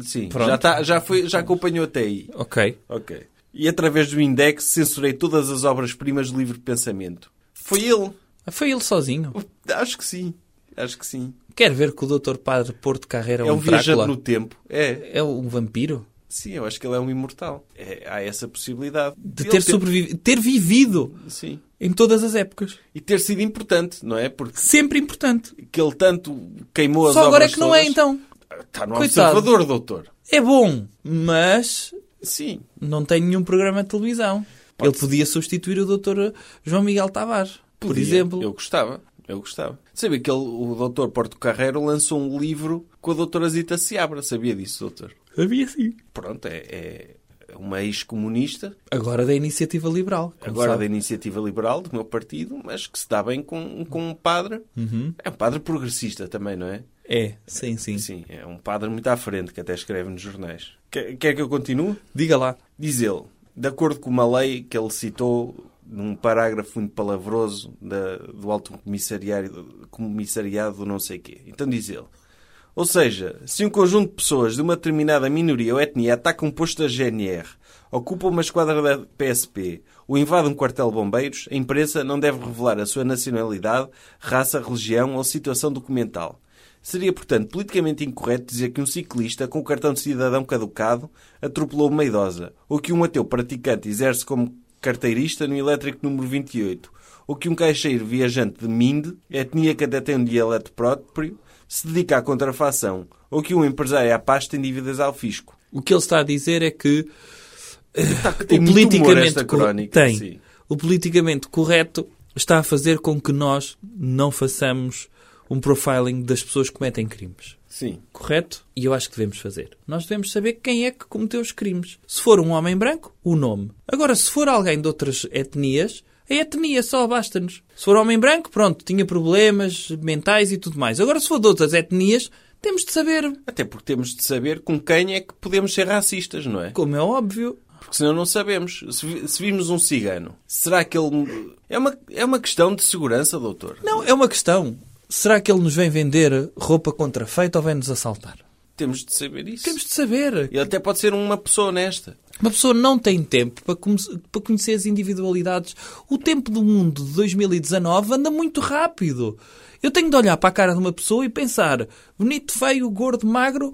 B: sim,
C: Pronto.
B: já, está- já, foi, já acompanhou até aí.
C: Ok.
B: Ok. E através do index censurei todas as obras-primas do livre pensamento. Foi ele?
C: Ah, Foi ele sozinho.
B: Acho que sim. Acho que sim.
C: Quer ver que o Dr. Padre Porto Carreira é um,
B: é um viajante
C: Drácula?
B: no tempo. É,
C: É um vampiro?
B: Sim, eu acho que ele é um imortal. É, há essa possibilidade.
C: De
B: Ele
C: ter sobrevivido. Ter vivido
B: Sim.
C: em todas as épocas.
B: E ter sido importante, não é? Porque
C: Sempre importante.
B: que ele tanto queimou as
C: Só agora é
B: obras
C: que não é,
B: todas.
C: então.
B: Está no
C: Coitado.
B: observador, doutor.
C: É bom, mas
B: Sim.
C: não tem nenhum programa de televisão. Ele podia substituir o Dr. João Miguel Tavares, por
B: podia.
C: exemplo.
B: Eu gostava. Eu gostava. Sabia que ele, o doutor Porto Carreiro lançou um livro com a doutora Zita Seabra. Sabia disso, doutor?
C: Havia sim.
B: Pronto, é... é Uma ex-comunista,
C: Agora da iniciativa liberal. como
B: agora da
C: sabe.
B: Iniciativa Liberal, do meu partido, mas que se dá bem com, com um padre.
C: Uhum.
B: É um padre progressista também, não é?
C: É, sim, sim.
B: Sim, é um padre muito à frente que até escreve nos jornais. Quer, quer que eu continue?
C: Diga lá.
B: Diz ele, de acordo com uma lei que ele citou num parágrafo muito palavroso da- do alto comissariado, comissariado do não sei quê. Então diz ele. Ou seja, se um conjunto de pessoas de uma determinada minoria ou etnia ataca um posto da GNR, ocupa uma esquadra da PSP ou invade um quartel de bombeiros, a imprensa não deve revelar a sua nacionalidade, raça, religião ou situação documental. Seria, portanto, politicamente incorreto dizer que um ciclista com o cartão de cidadão caducado atropelou uma idosa, ou que um ateu praticante exerce como carteirista no elétrico número 28, ou que um caixeiro viajante de Minde, etnia que até tem um dialeto próprio, se dedica à contrafação, ou que um empresário à paz tem dívidas ao fisco.
C: O que ele está a dizer é que
B: tá
C: eh,
B: Tem
C: o
B: muito humor
C: politicamente
B: esta
C: cor-
B: crónica.
C: tem.
B: Sim.
C: O politicamente correto está a fazer com que nós não façamos um profiling das pessoas que cometem crimes.
B: Sim.
C: Correto? E eu acho que devemos fazer. Nós devemos saber quem é que cometeu os crimes. Se for um homem branco, o nome. Agora, se for alguém de outras etnias, a etnia só basta-nos. Se for homem branco, pronto, tinha problemas mentais e tudo mais. Agora, se for de outras etnias, temos de saber,
B: Até porque temos de saber com quem é que podemos ser racistas, não é?
C: como é óbvio.
B: Porque senão não sabemos. Se, vi- se vimos um cigano, será que ele. É uma, é uma questão de segurança, doutor.
C: Não, é uma questão. Será que ele nos vem vender roupa contrafeita ou vem nos assaltar?
B: Temos de saber isso.
C: Temos de saber.
B: Ele até pode ser uma pessoa honesta.
C: Uma pessoa não tem tempo para, come- para conhecer as individualidades. O tempo do mundo de 2019 anda muito rápido. Eu tenho de olhar para a cara de uma pessoa e pensar bonito, feio, gordo, magro,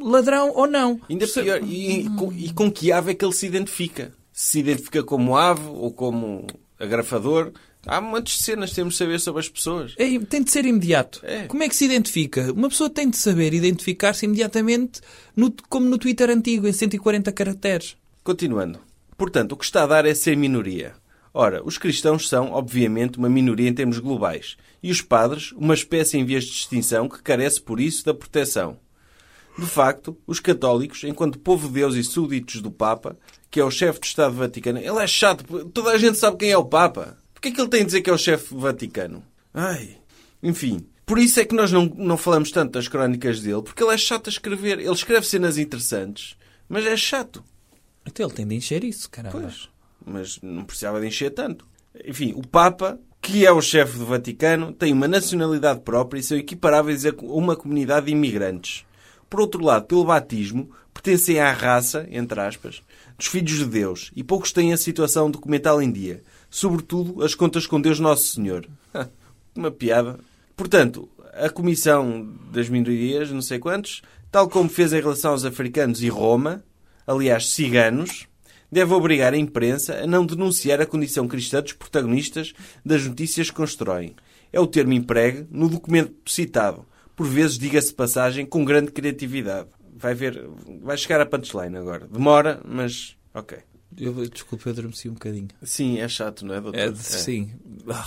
C: ladrão ou não.
B: Ainda
C: Se-
B: pior. E, e com, e com que ave é que ele se identifica? Se se identifica como ave ou como agrafador? Há muitas cenas que temos de saber sobre as pessoas.
C: É, tem de ser imediato.
B: É.
C: Como é que se identifica? Uma pessoa tem de saber identificar-se imediatamente, no- como no Twitter antigo, em 140 caracteres.
B: Continuando. Portanto, o que está a dar é ser minoria. Ora, os cristãos são, obviamente, uma minoria em termos globais. E os padres, uma espécie em vias de extinção que carece, por isso, da proteção. De facto, os católicos, enquanto povo de Deus e súditos do Papa, que é o chefe do Estado Vaticano, ele é chato, toda a gente sabe quem é o Papa. Porquê é que ele tem de dizer que é o chefe do Vaticano? Ai. Enfim, por isso é que nós não, não falamos tanto das crónicas dele, porque ele é chato a escrever. Ele escreve cenas interessantes, mas é chato.
C: Então ele tem de encher isso, caramba.
B: Pois, mas não precisava de encher tanto. Enfim, o Papa, que é o chefe do Vaticano, tem uma nacionalidade própria e são equiparáveis a uma comunidade de imigrantes. Por outro lado, pelo batismo, pertencem à raça, entre aspas, dos filhos de Deus e poucos têm a situação documental em dia, sobretudo as contas com Deus Nosso Senhor. Uma piada. Portanto, a Comissão das Minorias, não sei quantos, tal como fez em relação aos africanos e Roma, aliás, ciganos, deve obrigar a imprensa a não denunciar a condição cristã dos protagonistas das notícias que constroem. É o termo empregue no documento citado. Por vezes, diga-se de passagem, com grande criatividade. Vai ver, vai chegar a punchline agora. Demora, mas ok.
C: Eu, desculpa, eu adormeci um bocadinho.
B: Sim, é chato, não é, doutor?
C: É,
B: É.
C: de- Sim. Ah.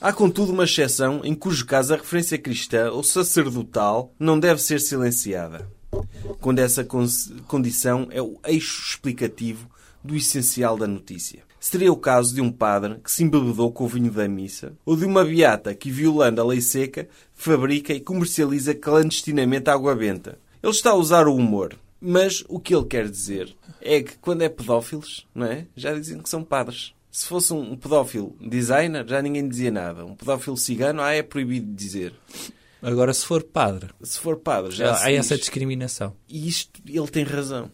B: Há, contudo, uma exceção em cujo caso a referência cristã ou sacerdotal não deve ser silenciada, quando essa con- condição é o eixo explicativo do essencial da notícia. Seria o caso de um padre que se embebedou com o vinho da missa, ou de uma beata que, violando a lei seca, fabrica e comercializa clandestinamente água benta. Ele está a usar o humor, mas o que ele quer dizer é que quando é pedófilos, não é? Já dizem que são padres. Se fosse um pedófilo designer, já ninguém dizia nada. Um pedófilo cigano, ah, é proibido dizer.
C: Agora, se for padre,
B: Se for padre, já
C: já
B: se
C: Ah, há
B: diz.
C: essa discriminação.
B: E isto, ele tem razão.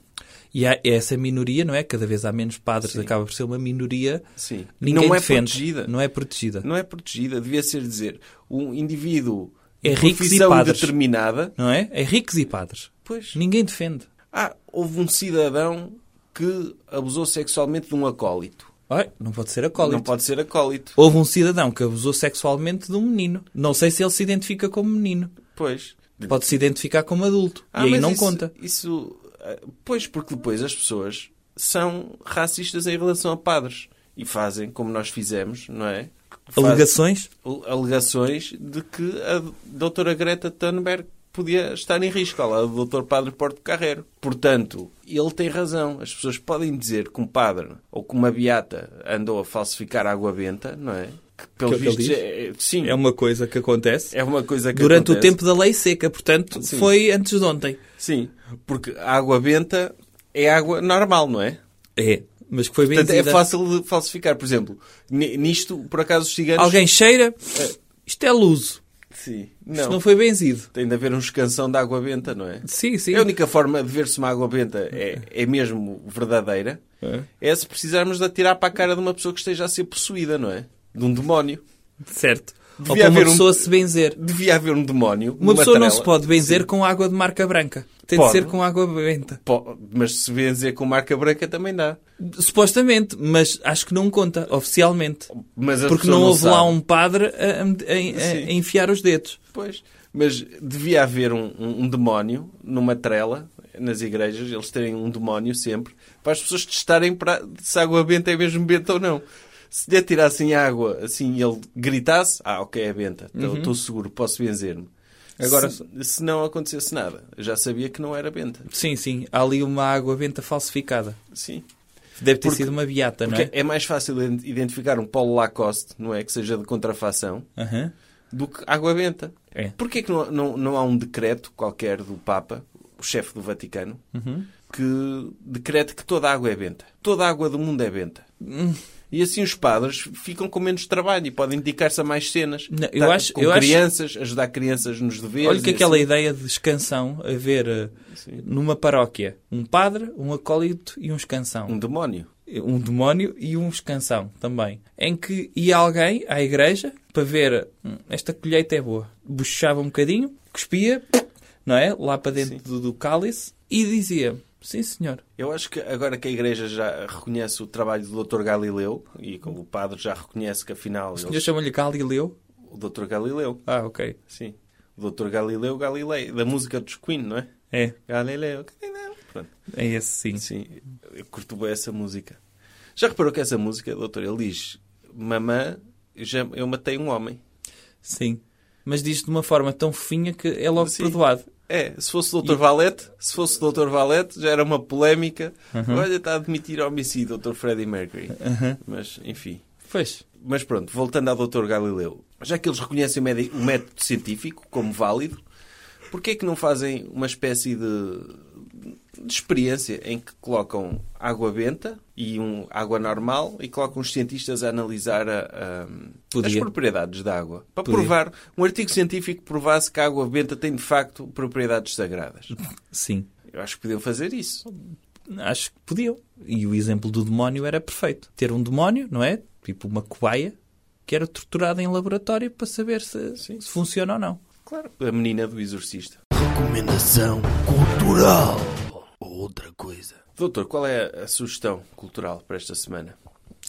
C: E há essa minoria, não é? Cada vez há menos padres, acaba por ser uma minoria.
B: Sim.
C: Ninguém
B: Não é
C: defende.
B: protegida.
C: Não é protegida.
B: Não é protegida, devia ser dizer, um indivíduo
C: É
B: de
C: ricos e
B: profissão
C: padres.
B: determinada,
C: Não é? É ricos e padres.
B: pois,
C: Ninguém defende.
B: ah, houve um cidadão que abusou sexualmente de um acólito.
C: Olha, não pode ser
B: Não
C: acólito.
B: pode ser acólito.
C: Houve um cidadão que abusou sexualmente de um menino. Não sei se ele se identifica como menino.
B: Pois.
C: Pode se identificar como adulto.
B: Ah,
C: e aí
B: mas
C: não
B: isso-
C: conta.
B: Isso, ah, pois, porque depois as pessoas são racistas em relação a padres. E fazem, como nós fizemos, não é? Fazem-
C: Alegações?
B: alegações de que a doutora Greta Thunberg podia estar em risco, a lá do doutor Padre Porto Carreiro. Portanto, ele tem razão. As pessoas podem dizer que um padre ou que uma beata andou a falsificar água benta, não é? Que, pelos
C: Que é o que
B: vistos,
C: ele
B: é, é- sim,
C: É uma coisa que acontece
B: é uma coisa que
C: durante o
B: acontece.
C: tempo da lei seca. Portanto,
B: Sim.
C: foi antes de ontem.
B: Sim, porque a água benta é água normal, não é?
C: É. Mas que foi bem
B: Portanto, é
C: vendida.
B: fácil de falsificar. Por exemplo, ni- nisto, por acaso, os ciganos...
C: Alguém cheira. Isto é luso.
B: Sim,
C: Isto
B: não.
C: não foi benzido.
B: Tem de haver um escansão de água benta, não é?
C: Sim, sim.
B: A única forma de ver se uma água benta é, é mesmo verdadeira é. se precisarmos de atirar para a cara de uma pessoa que esteja a ser possuída, não é? De um demónio.
C: Certo. Ou
B: Devia
C: para uma
B: haver um-
C: pessoa se benzer.
B: Devia haver um demónio.
C: Uma
B: numa
C: pessoa não
B: trela.
C: se pode benzer com água de marca branca. Tem
B: Pode.
C: de ser com água benta.
B: Po- Mas se benzer com marca branca também dá.
C: Supostamente, mas acho que não conta, oficialmente.
B: Mas a
C: Porque
B: pessoa
C: não houve lá
B: sabe.
C: um padre a, a- a- a
B: Sim.
C: enfiar os dedos.
B: Pois. Mas devia haver um, um- um demónio numa trela, nas igrejas, eles terem um demónio sempre, para as pessoas testarem para- se a água benta é mesmo benta ou não. Se lhe atirassem água assim e ele gritasse, ah, ok, é benta, estou seguro, posso benzer-me.
C: Agora-
B: se, se não acontecesse nada, eu já sabia que não era benta.
C: Sim, sim, há ali uma água benta falsificada.
B: Sim.
C: Deve ter
B: Porque-
C: sido uma beata, não
B: Porque
C: é?
B: é? mais fácil ident- identificar um Paulo Lacoste, não é? Que seja de contrafação,
C: Aham.
B: do que água benta.
C: É.
B: Porquê que não, não, não há um decreto qualquer do Papa, o chefe do Vaticano,
C: Uhum.
B: que decrete que toda a água é benta? Toda a água do mundo é benta.
C: Hum.
B: E assim os padres ficam com menos trabalho e podem dedicar-se a mais cenas. Tá,
C: Não, eu acho-
B: com
C: eu acho-
B: crianças, ajudar crianças nos deveres.
C: Olha que
B: e
C: aquela
B: assim.
C: ideia de escansão, haver eh,
B: Sim.
C: numa paróquia um padre, um acólito e um escansão.
B: Um demónio.
C: um demónio e um escansão também, em que ia alguém à igreja para ver "Hum, esta colheita é boa. Buchava um bocadinho, cuspia, não é? Lá para dentro do, do cálice e dizia: Sim, senhor.
B: Eu acho que agora que a Igreja já reconhece o trabalho do Dr. Galileu e como o padre já reconhece que afinal
C: O
B: eles-
C: senhor chama-lhe Galileu?
B: o Dr. Galileu,
C: Ah, ok.
B: sim, o Dr. Galileu Galilei, da música dos Queen, não é?
C: É,
B: Galileu, Galileu. Pronto.
C: é esse sim.
B: Sim, eu curto bem essa música. Já reparou que essa música, doutor, ele diz: Mamã, eu já, eu matei um homem.
C: Sim. Mas diz de uma forma tão fofinha que é logo
B: Sim.
C: perdoado.
B: É, se fosse o doutor Valete, se fosse o doutor Valete, já era uma polémica. Olha, está a admitir homicídio, doutor Freddie Mercury. Mas, enfim.
C: Pois.
B: Mas pronto, voltando ao Dr. Galileu, já que eles reconhecem o, médi- o método científico como válido, porquê é que não fazem uma espécie de, de experiência em que colocam água benta e um, água normal e colocam os cientistas a analisar a- a- as
C: Podia.
B: propriedades da água? Para
C: Podia.
B: provar, um artigo científico provasse que a água benta tem de facto propriedades sagradas.
C: Sim.
B: Eu acho que podiam fazer isso.
C: Acho que podiam. E o exemplo do demónio era perfeito. Ter um demónio, não é? Tipo uma cobaia, que era torturada em laboratório para saber se,
B: Sim.
C: se funciona ou não.
B: Claro, a menina do exorcista.
A: Recomendação cultural. Ou outra coisa.
B: Doutor, qual é a- a sugestão cultural para esta semana?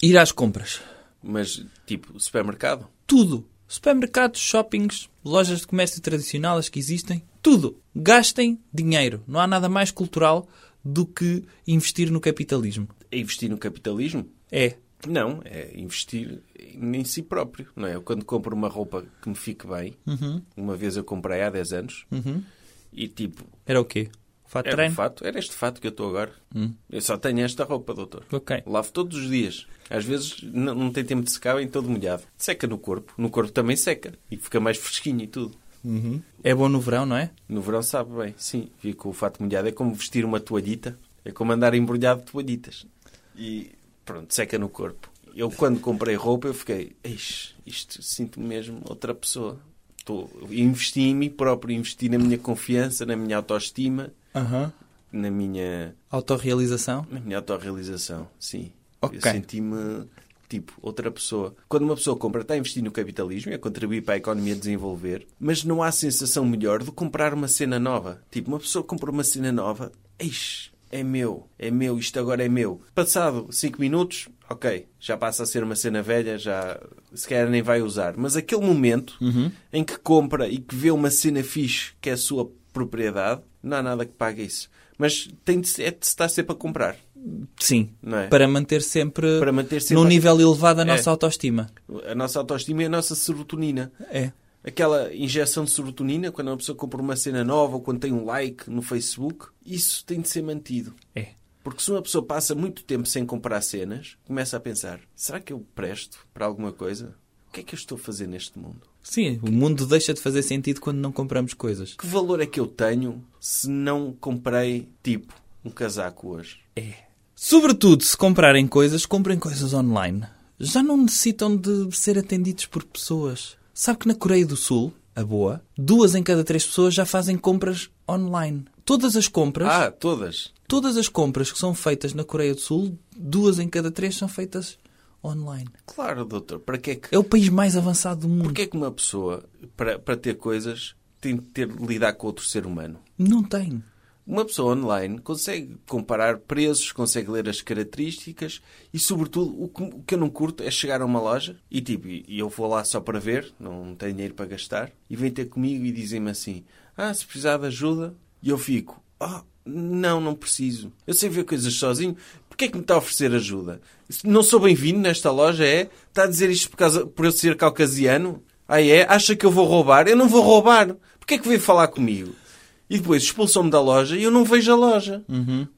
C: Ir às compras.
B: Mas, tipo, supermercado?
C: Tudo. Supermercados, shoppings, lojas de comércio tradicional, as que existem. Tudo. Gastem dinheiro. Não há nada mais cultural do que investir no capitalismo.
B: É investir no capitalismo?
C: É.
B: Não, é investir em si próprio, não é? Eu quando compro uma roupa que
C: Uhum.
B: me fique bem, uma vez eu comprei há 10 anos, e tipo,
C: Era o quê? Fato de
B: Era, um
C: Uhum. treino? Hum.
B: fato, era este fato que eu estou agora. Eu só tenho esta roupa, doutor.
C: Ok.
B: Lavo todos os dias. Às vezes não, não tem tempo de secar, em todo molhado. Seca no corpo. No corpo também seca. E fica mais fresquinho e tudo.
C: É bom no verão, não é?
B: No verão sabe bem, sim. Fica o fato molhado. É como vestir uma toalhita. É como andar embrulhado de toalhitas. E pronto, seca no corpo. Eu quando comprei roupa eu fiquei... "Ixi, Isto sinto-me mesmo outra pessoa. Estou, investi em mim próprio. Investi na minha confiança, na minha autoestima.
C: Aham.
B: Na minha
C: Autorrealização?
B: Na minha autorrealização, sim.
C: Ok.
B: Eu senti-me, tipo, outra pessoa. Quando uma pessoa compra, está a investir no capitalismo e a contribuir para a economia desenvolver, mas não há sensação melhor do que comprar uma cena nova. Tipo, uma pessoa compra uma cena nova, eis, é meu, é meu, isto agora é meu. Passado 5 minutos, ok, já passa a ser uma cena velha, já se calhar nem vai usar. Mas aquele momento em que compra e que vê uma cena fixe que é a sua propriedade, não há nada que pague isso. Mas tem de, se- é de se estar sempre a comprar.
C: Sim.
B: Não é?
C: Para manter sempre,
B: Para manter sempre-
C: num nível elevado a nossa
B: É.
C: autoestima.
B: A nossa autoestima é a nossa serotonina.
C: É.
B: Aquela injeção de serotonina, quando uma pessoa compra uma cena nova ou quando tem um like no Facebook, isso tem de ser mantido.
C: É.
B: Porque se uma pessoa passa muito tempo sem comprar cenas, começa a pensar: será que eu presto para alguma coisa? O que é que eu estou a fazer neste mundo?
C: Sim, o mundo deixa de fazer sentido quando não compramos coisas.
B: Que valor é que eu tenho se não comprei, tipo, um casaco hoje?
C: Sobretudo, se comprarem coisas, comprem coisas online. Já não necessitam de ser atendidos por pessoas. Sabe que na Coreia do Sul, a boa, duas em cada três pessoas já fazem compras online. Todas as compras,
B: Ah, todas.
C: todas as compras que são feitas na Coreia do Sul, duas em cada três são feitas online.
B: Claro, doutor. Para que é que
C: É o país mais avançado do mundo.
B: Porquê é que uma pessoa, para, para ter coisas, tem de ter de lidar com outro ser humano?
C: Não tem.
B: Uma pessoa online consegue comparar preços, consegue ler as características e, sobretudo, o que, o que eu não curto é chegar a uma loja e, tipo, e e eu vou lá só para ver, não tenho dinheiro para gastar, e vem ter comigo e dizem-me assim, ah, se precisar de ajuda, e eu fico, oh, não, não preciso. Eu sei ver coisas sozinho, porquê é que me está a oferecer ajuda? Se Não sou bem-vindo nesta loja, é? Está a dizer isto por, causa, por eu ser caucasiano? Ah, é? Acha que eu vou roubar? Eu não vou roubar. Porquê é que veio falar comigo? E depois expulsou-me da loja e eu não vejo a loja.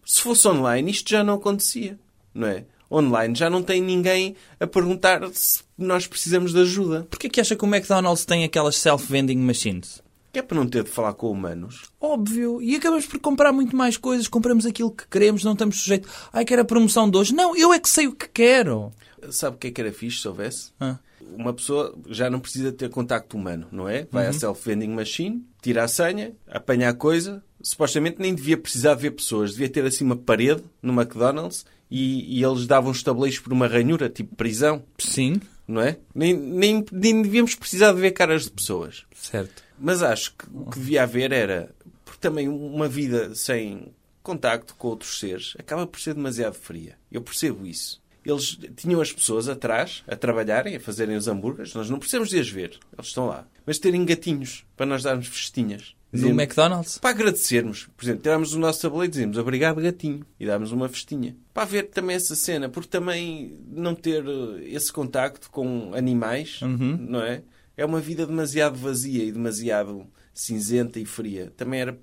B: Se fosse online, isto já não acontecia. Não é? Online já não tem ninguém a perguntar se nós precisamos de ajuda.
C: Porquê que acha que o McDonald's tem aquelas self-vending machines?
B: Que é para não ter de falar com humanos.
C: Óbvio. E acabamos por comprar muito mais coisas, compramos aquilo que queremos, não estamos sujeitos. Ai, quero a promoção de hoje. Não, eu é que sei o que quero.
B: Sabe o que é que era fixe se houvesse?
C: Ah.
B: Uma pessoa já não precisa ter contacto humano, não é? Vai à self-vending machine, tira a senha, apanha a coisa. Supostamente nem devia precisar de ver pessoas. Devia ter assim uma parede no McDonald's e, e eles davam os tabuleiros por uma ranhura, tipo prisão.
C: Sim,
B: não é? Nem, nem, nem devíamos precisar de ver caras de pessoas.
C: certo.
B: Mas acho que o que devia haver era, porque também uma vida sem contacto com outros seres acaba por ser demasiado fria. Eu percebo isso. Eles tinham as pessoas atrás a trabalharem, a fazerem os hambúrgueres. Nós não precisamos de as ver. Eles estão lá. Mas terem gatinhos para nós darmos festinhas.
C: No
B: Dizemos-
C: McDonald's?
B: para agradecermos, por exemplo, tirámos o nosso tabuleiro e dizemos obrigado gatinho e dámos uma festinha. Para ver também essa cena, porque também não ter eh, esse contacto com animais,
C: Uhum.
B: não é? É uma vida demasiado vazia e demasiado cinzenta e fria. Também era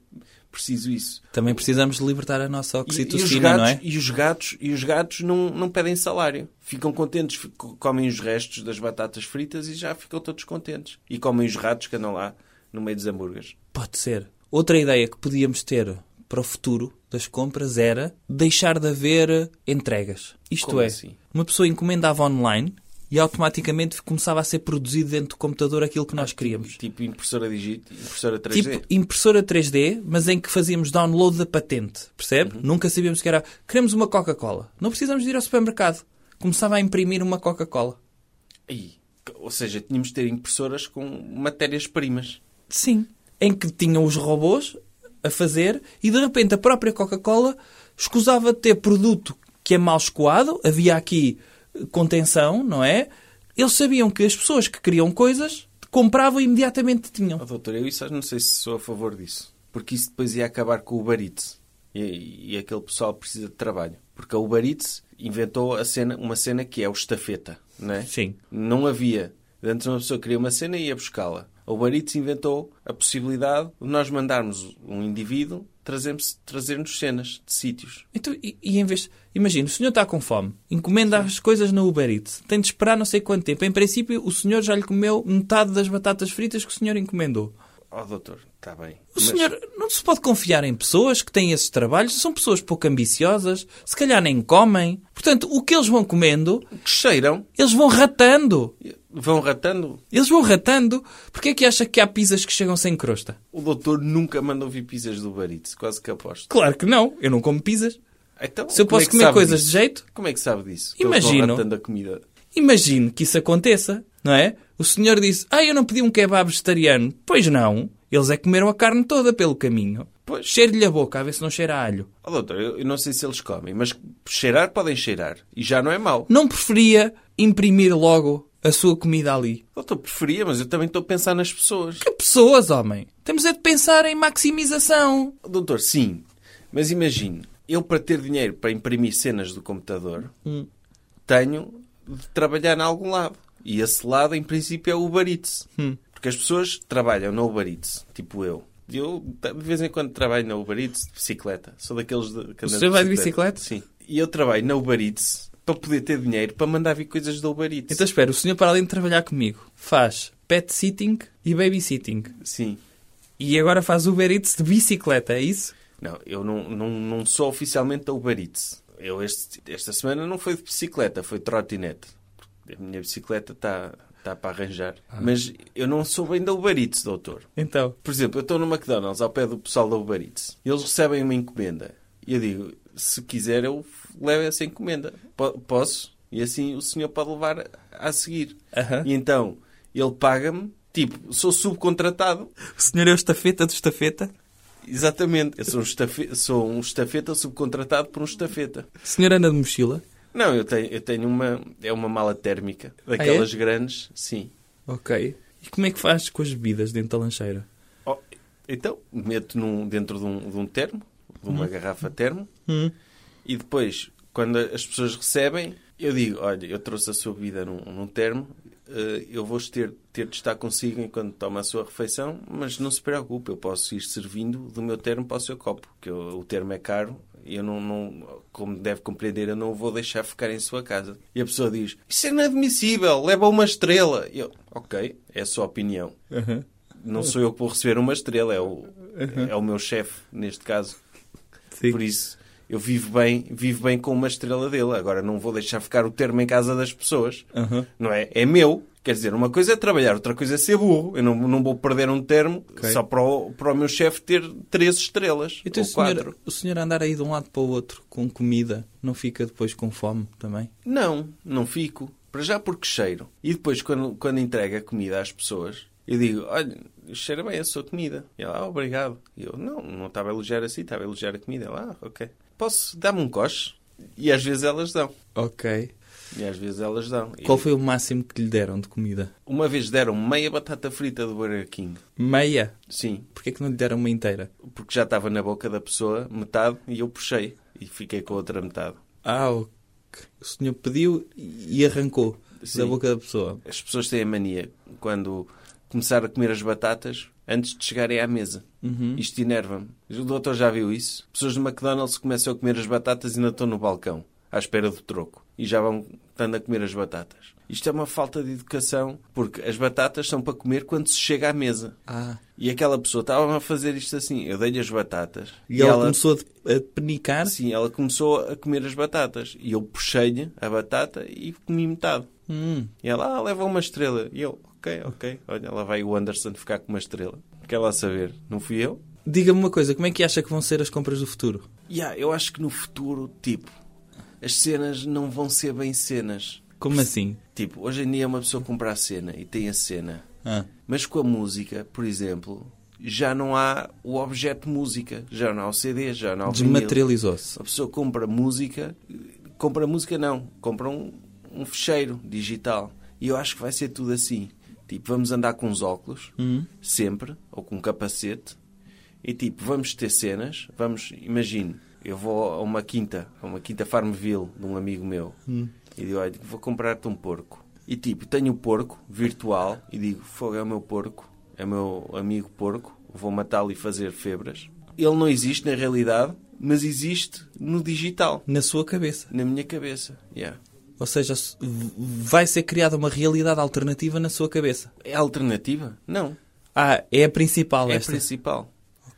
B: preciso isso.
C: Também precisamos de libertar a nossa
B: E, e
C: oxitocina,
B: os gatos,
C: não é?
B: e os gatos, e os gatos não, não pedem salário. Ficam contentes, fi- co- comem os restos das batatas fritas e já ficam todos contentes. E comem os ratos que andam lá no meio dos hambúrgueres.
C: Pode ser. Outra ideia que podíamos ter para o futuro das compras era deixar de haver entregas. Isto
B: Como
C: é,
B: assim?
C: uma pessoa encomendava online e automaticamente começava a ser produzido dentro do computador aquilo que nós queríamos.
B: Tipo impressora digit, impressora 3D.
C: Tipo impressora 3D, mas em que fazíamos download da patente, percebe? Nunca sabíamos que era. Queremos uma Coca-Cola. Não precisamos de ir ao supermercado. Começava a imprimir uma Coca-Cola.
B: Aí, ou seja, tínhamos de ter impressoras com matérias-primas.
C: Sim. Em que tinham os robôs a fazer e de repente a própria Coca-Cola escusava de ter produto que é mal escoado, havia aqui eh, contenção, não é? Eles sabiam que as pessoas que queriam coisas compravam e imediatamente
B: Oh,
C: tinham.
B: doutor, eu isso não sei se sou a favor disso. Porque isso depois ia acabar com o Uber Eats. E, e aquele pessoal precisa de trabalho. Porque a Uber Eats inventou a cena, uma cena que é o estafeta, não é?
C: Sim.
B: Não havia. Antes uma pessoa queria uma cena e ia buscá-la. A Uber Eats inventou a possibilidade de nós mandarmos um indivíduo trazemos- trazer-nos cenas de sítios.
C: Então, e, e em vez. Imagina, o senhor está com fome, encomenda as coisas na Uber Eats, tem de esperar não sei quanto tempo. Em princípio, o senhor já lhe comeu metade das batatas fritas que o senhor encomendou.
B: Oh, doutor, está bem.
C: O senhor não se pode confiar em pessoas que têm esses trabalhos, são pessoas pouco ambiciosas, se calhar nem comem. Portanto, o que eles vão comendo,
B: que cheiram,
C: eles vão ratando.
B: vão ratando.
C: Eles vão ratando. Porquê é que acha que há pizzas que chegam sem crosta?
B: O doutor nunca mandou vir pizzas do barito, quase que aposto.
C: Claro que não, eu não como pizzas.
B: Então,
C: Se eu
B: como
C: posso
B: é que
C: comer
B: sabe
C: coisas
B: disso?
C: de jeito,
B: Como é que sabe disso? Que eles
C: Imagino.
B: vão ratando a comida.
C: Imagino que isso aconteça, não é? O senhor disse, ah, eu não pedi um kebab vegetariano. Pois não. Eles é que comeram a carne toda pelo caminho.
B: Pois.
C: Cheire-lhe a boca, a ver se não cheira a alho.
B: Oh, doutor, eu eu não sei se eles comem, mas cheirar podem cheirar. E já não é mau.
C: Não preferia imprimir logo a sua comida ali?
B: Doutor, preferia, mas eu também estou a pensar nas pessoas.
C: Que pessoas, homem! Temos é de pensar em maximização.
B: Doutor, sim. Mas imagine, eu para ter dinheiro para imprimir cenas do computador,
C: Hum.
B: tenho de trabalhar em algum lado. E esse lado, em princípio, é o Uber Eats.
C: Hum.
B: Porque as pessoas trabalham no Uber Eats, tipo eu. Eu, de vez em quando, trabalho na Uber Eats de bicicleta. Sou daqueles... De, que andam
C: senhor vai de bicicleta?
B: Sim. E eu trabalho na Uber Eats para poder ter dinheiro para mandar vir coisas da Uber Eats.
C: Então espera, o senhor para além de trabalhar comigo faz pet sitting e babysitting.
B: Sim.
C: E agora faz Uber Eats de bicicleta, é isso?
B: Não, eu não, não, não sou oficialmente da Uber Eats. Eu este- esta semana não foi de bicicleta, foi de trotinete. A minha bicicleta está tá para arranjar. Mas eu não sou bem da Uber Eats, doutor.
C: Então,
B: Por exemplo, eu estou no McDonald's ao pé do pessoal da Uber Eats. Eles recebem uma encomenda. E eu digo, se quiser eu levo essa encomenda. Po- posso? E assim o senhor pode levar a seguir.
C: Aham.
B: E então ele paga-me, tipo, sou subcontratado
C: o senhor é o estafeta do estafeta?
B: Exatamente. Eu sou um, estafe- sou um estafeta subcontratado por um estafeta.
C: O senhor anda de mochila?
B: Não, eu tenho, eu tenho uma... É uma mala térmica. Daquelas grandes, sim.
C: Ok. E como é que faz com as bebidas dentro da lancheira?
B: Oh, então, meto num, dentro de um, de um termo, de uma garrafa termo, e depois, quando as pessoas recebem, eu digo, olha, eu trouxe a sua bebida num, num termo, eh, eu vou ter, ter de estar consigo enquanto toma a sua refeição, mas não se preocupe, eu posso ir servindo do meu termo para o seu copo, porque eu- o termo é caro, e eu não, não, como deve compreender, eu não o vou deixar ficar em sua casa. E a pessoa diz, isso é inadmissível, leva uma estrela. E eu, ok, é a sua opinião. Não sou eu que vou receber uma estrela, é o, é o meu chefe, neste caso.
C: Sim.
B: Por isso, eu vivo bem, vivo bem com uma estrela dele. Agora, não vou deixar ficar o termo em casa das pessoas.
C: Aham.
B: Não é? É meu. Quer dizer, uma coisa é trabalhar, outra coisa é ser burro. Eu não, não vou perder um termo só para o, para o meu chefe ter três estrelas
C: Então o
B: ou quatro.
C: senhor, o senhor andar aí de um lado para o outro com comida, não fica depois com fome também?
B: Não, não fico. Para já porque cheiro. E depois, quando, quando entrega a comida às pessoas, eu digo, olha, cheira bem a sua comida. E ela, ah, obrigado. E eu, não, não estava a elogiar assim, estava a elogiar a comida. Ela, ah, ok. Posso dar-me um coche? E às vezes elas dão.
C: Ok.
B: E às vezes elas dão. E
C: Qual foi o máximo que lhe deram de comida?
B: Uma vez deram meia batata frita do Burger King.
C: Meia.
B: Sim,
C: Porquê que não lhe deram uma inteira?
B: porque já estava na boca da pessoa metade e eu puxei. E fiquei com a outra metade.
C: Ah, o, que- o senhor pediu e arrancou da
B: Sim.
C: boca da pessoa.
B: As pessoas têm a mania, quando começar a comer as batatas, antes de chegarem à mesa.
C: Uhum.
B: Isto enerva-me. O doutor já viu isso? Pessoas do McDonald's começam a comer as batatas e ainda estão no balcão, à espera do troco. E já vão estando a comer as batatas. Isto é uma falta de educação, porque as batatas são para comer quando se chega à mesa.
C: Ah.
B: E aquela pessoa estava a fazer isto assim. Eu dei-lhe as batatas.
C: E, ela, começou a, de- a penicar?
B: Sim, Assim, ela começou a comer as batatas. E eu puxei-lhe a batata e comi metade.
C: Hum.
B: E ela, ah, leva uma estrela. E eu, ok, ok. Olha, lá vai o Anderson ficar com uma estrela. Quer lá saber, não fui eu?
C: Diga-me uma coisa, como é que acha que vão ser as compras do futuro?
B: E ah, eu acho que no futuro, tipo, as cenas não vão ser bem cenas.
C: Como assim?
B: Tipo, hoje em dia uma pessoa compra a cena e tem a cena.
C: Ah.
B: Mas com a música, por exemplo, já não há o objeto música. Já não há o CD, já não há o vinil.
C: Desmaterializou-se.
B: A pessoa compra música, compra música não, compra um, um fecheiro digital. E eu acho que vai ser tudo assim. Tipo, vamos andar com os óculos, sempre, ou com um capacete, e tipo, vamos ter cenas, vamos, imagino, eu vou a uma quinta, a uma quinta Farmville de um amigo meu, e digo, olha, vou comprar-te um porco. E tipo, tenho o porco virtual, e digo, fogo, é o meu porco, é o meu amigo porco, vou matá-lo e fazer febras. ele não existe na realidade, mas existe no digital,
C: na sua cabeça.
B: na minha cabeça. Yeah.
C: Ou seja, s- v- vai ser criada uma realidade alternativa na sua cabeça.
B: É alternativa? Não.
C: Ah, é a principal
B: É a
C: esta.
B: principal.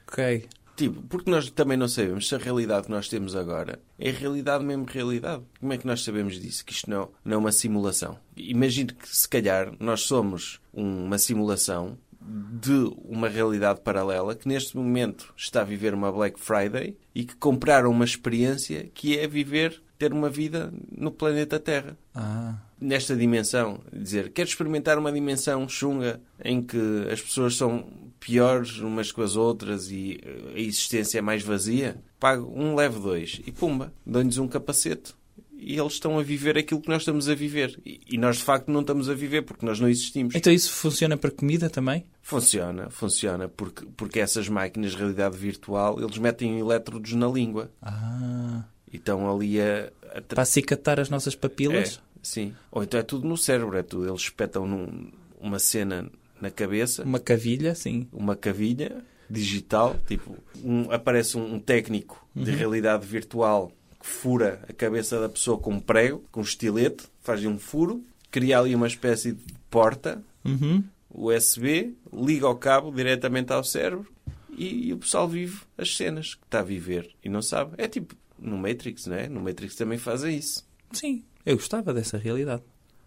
C: Ok.
B: Tipo, porque nós também não sabemos se a realidade que nós temos agora é realidade mesmo realidade. Como é que nós sabemos disso? Que isto não, não é uma simulação. Imagino que se calhar nós somos um- uma simulação de uma realidade paralela que neste momento está a viver uma Black Friday e que compraram uma experiência que é viver, ter uma vida no planeta Terra
C: Ah,
B: nesta dimensão, dizer, quero experimentar uma dimensão chunga em que as pessoas são piores umas com as outras e eh, a existência é mais vazia, pago um leve dois e pumba, dão-lhes um capacete e eles estão a viver aquilo que nós estamos a viver. E, e nós de facto não estamos a viver porque nós não existimos.
C: então isso funciona para comida também?
B: Funciona, funciona, porque, porque essas máquinas de realidade virtual, eles metem elétrodos na língua
C: Ah,
B: e estão ali a, a tra-
C: para acicatar as nossas papilas?
B: É, sim. Ou então é tudo no cérebro, é tudo. Eles espetam num- uma cena na cabeça,
C: Uma cavilha, sim.
B: uma cavilha digital, tipo, um- aparece um, um técnico de realidade virtual que fura a cabeça da pessoa com um prego, com um estilete, faz-lhe um furo, cria ali uma espécie de porta
C: Uhum.
B: USB, liga ao cabo diretamente ao cérebro e, e o pessoal vive as cenas que está a viver e não sabe. É tipo no Matrix, não é? No Matrix também fazem isso.
C: Sim, eu gostava dessa realidade.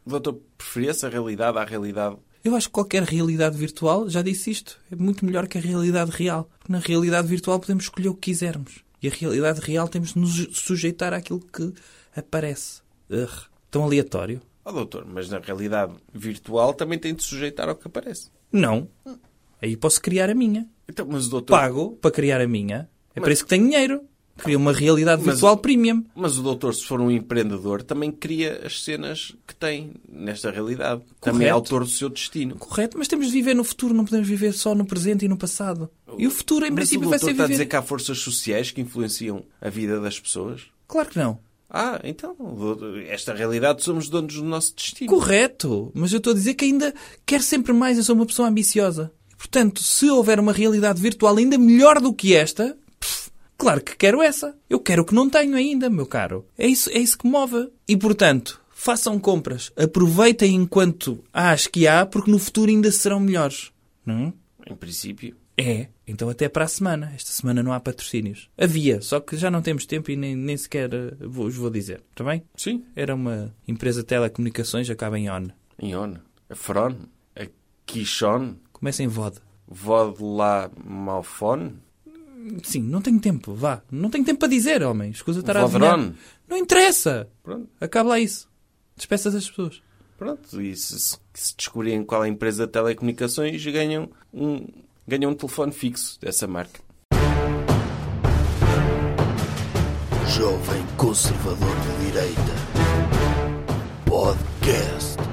B: Doutor, preferia essa realidade à realidade.
C: Eu acho que qualquer realidade virtual, já disse isto, é muito melhor que a realidade real. Porque na realidade virtual podemos escolher o que quisermos. E a realidade real temos de nos sujeitar àquilo que aparece. Urgh. Tão aleatório?
B: Oh, doutor, mas na realidade virtual também tem de se sujeitar ao que aparece.
C: Não. Aí posso criar a minha.
B: Então, mas o doutor,
C: Pago para criar a minha. É
B: Mas-
C: para isso que tenho dinheiro. Crio uma realidade
B: Mas-
C: virtual premium.
B: mas o doutor, se for um empreendedor, também cria as cenas que tem nesta realidade. Também é
C: Correto.
B: autor do seu destino.
C: Correto, mas temos de viver no futuro, não podemos viver só no presente e no passado. E o futuro, em
B: mas o
C: princípio,
B: doutor
C: vai ser
B: está a
C: viver.
B: dizer que há forças sociais que influenciam a vida das pessoas?
C: Claro que não.
B: Ah, então, doutor, esta realidade somos donos do nosso destino.
C: Correto, mas eu estou a dizer que ainda quero sempre mais, eu sou uma pessoa ambiciosa. Portanto, se houver uma realidade virtual ainda melhor do que esta, pff, claro que quero essa. Eu quero o que não tenho ainda, meu caro. É isso, é isso que move. E portanto, façam compras, aproveitem enquanto há as que há, porque no futuro ainda serão melhores. Não?
B: Em princípio.
C: É. Então até para a semana. Esta semana não há patrocínios. Havia, só que já não temos tempo e nem, nem sequer eh, vos vou dizer. Está bem?
B: Sim.
C: Era uma empresa de telecomunicações, acaba em ON.
B: Ion, a Fron, a Kishon,
C: Começa em VOD.
B: Vodla Malfone.
C: Sim, não tenho tempo, vá. Não tenho tempo para dizer, homem. Escusa estar a
B: Vodron.
C: adivinhar. Não interessa.
B: Pronto.
C: Acaba lá isso. Despeças as pessoas.
B: Pronto, e se, se- se descobrirem qual é a empresa de telecomunicações, ganham um, ganham um telefone fixo dessa marca.
A: Jovem Conservador de Direita. Podcast.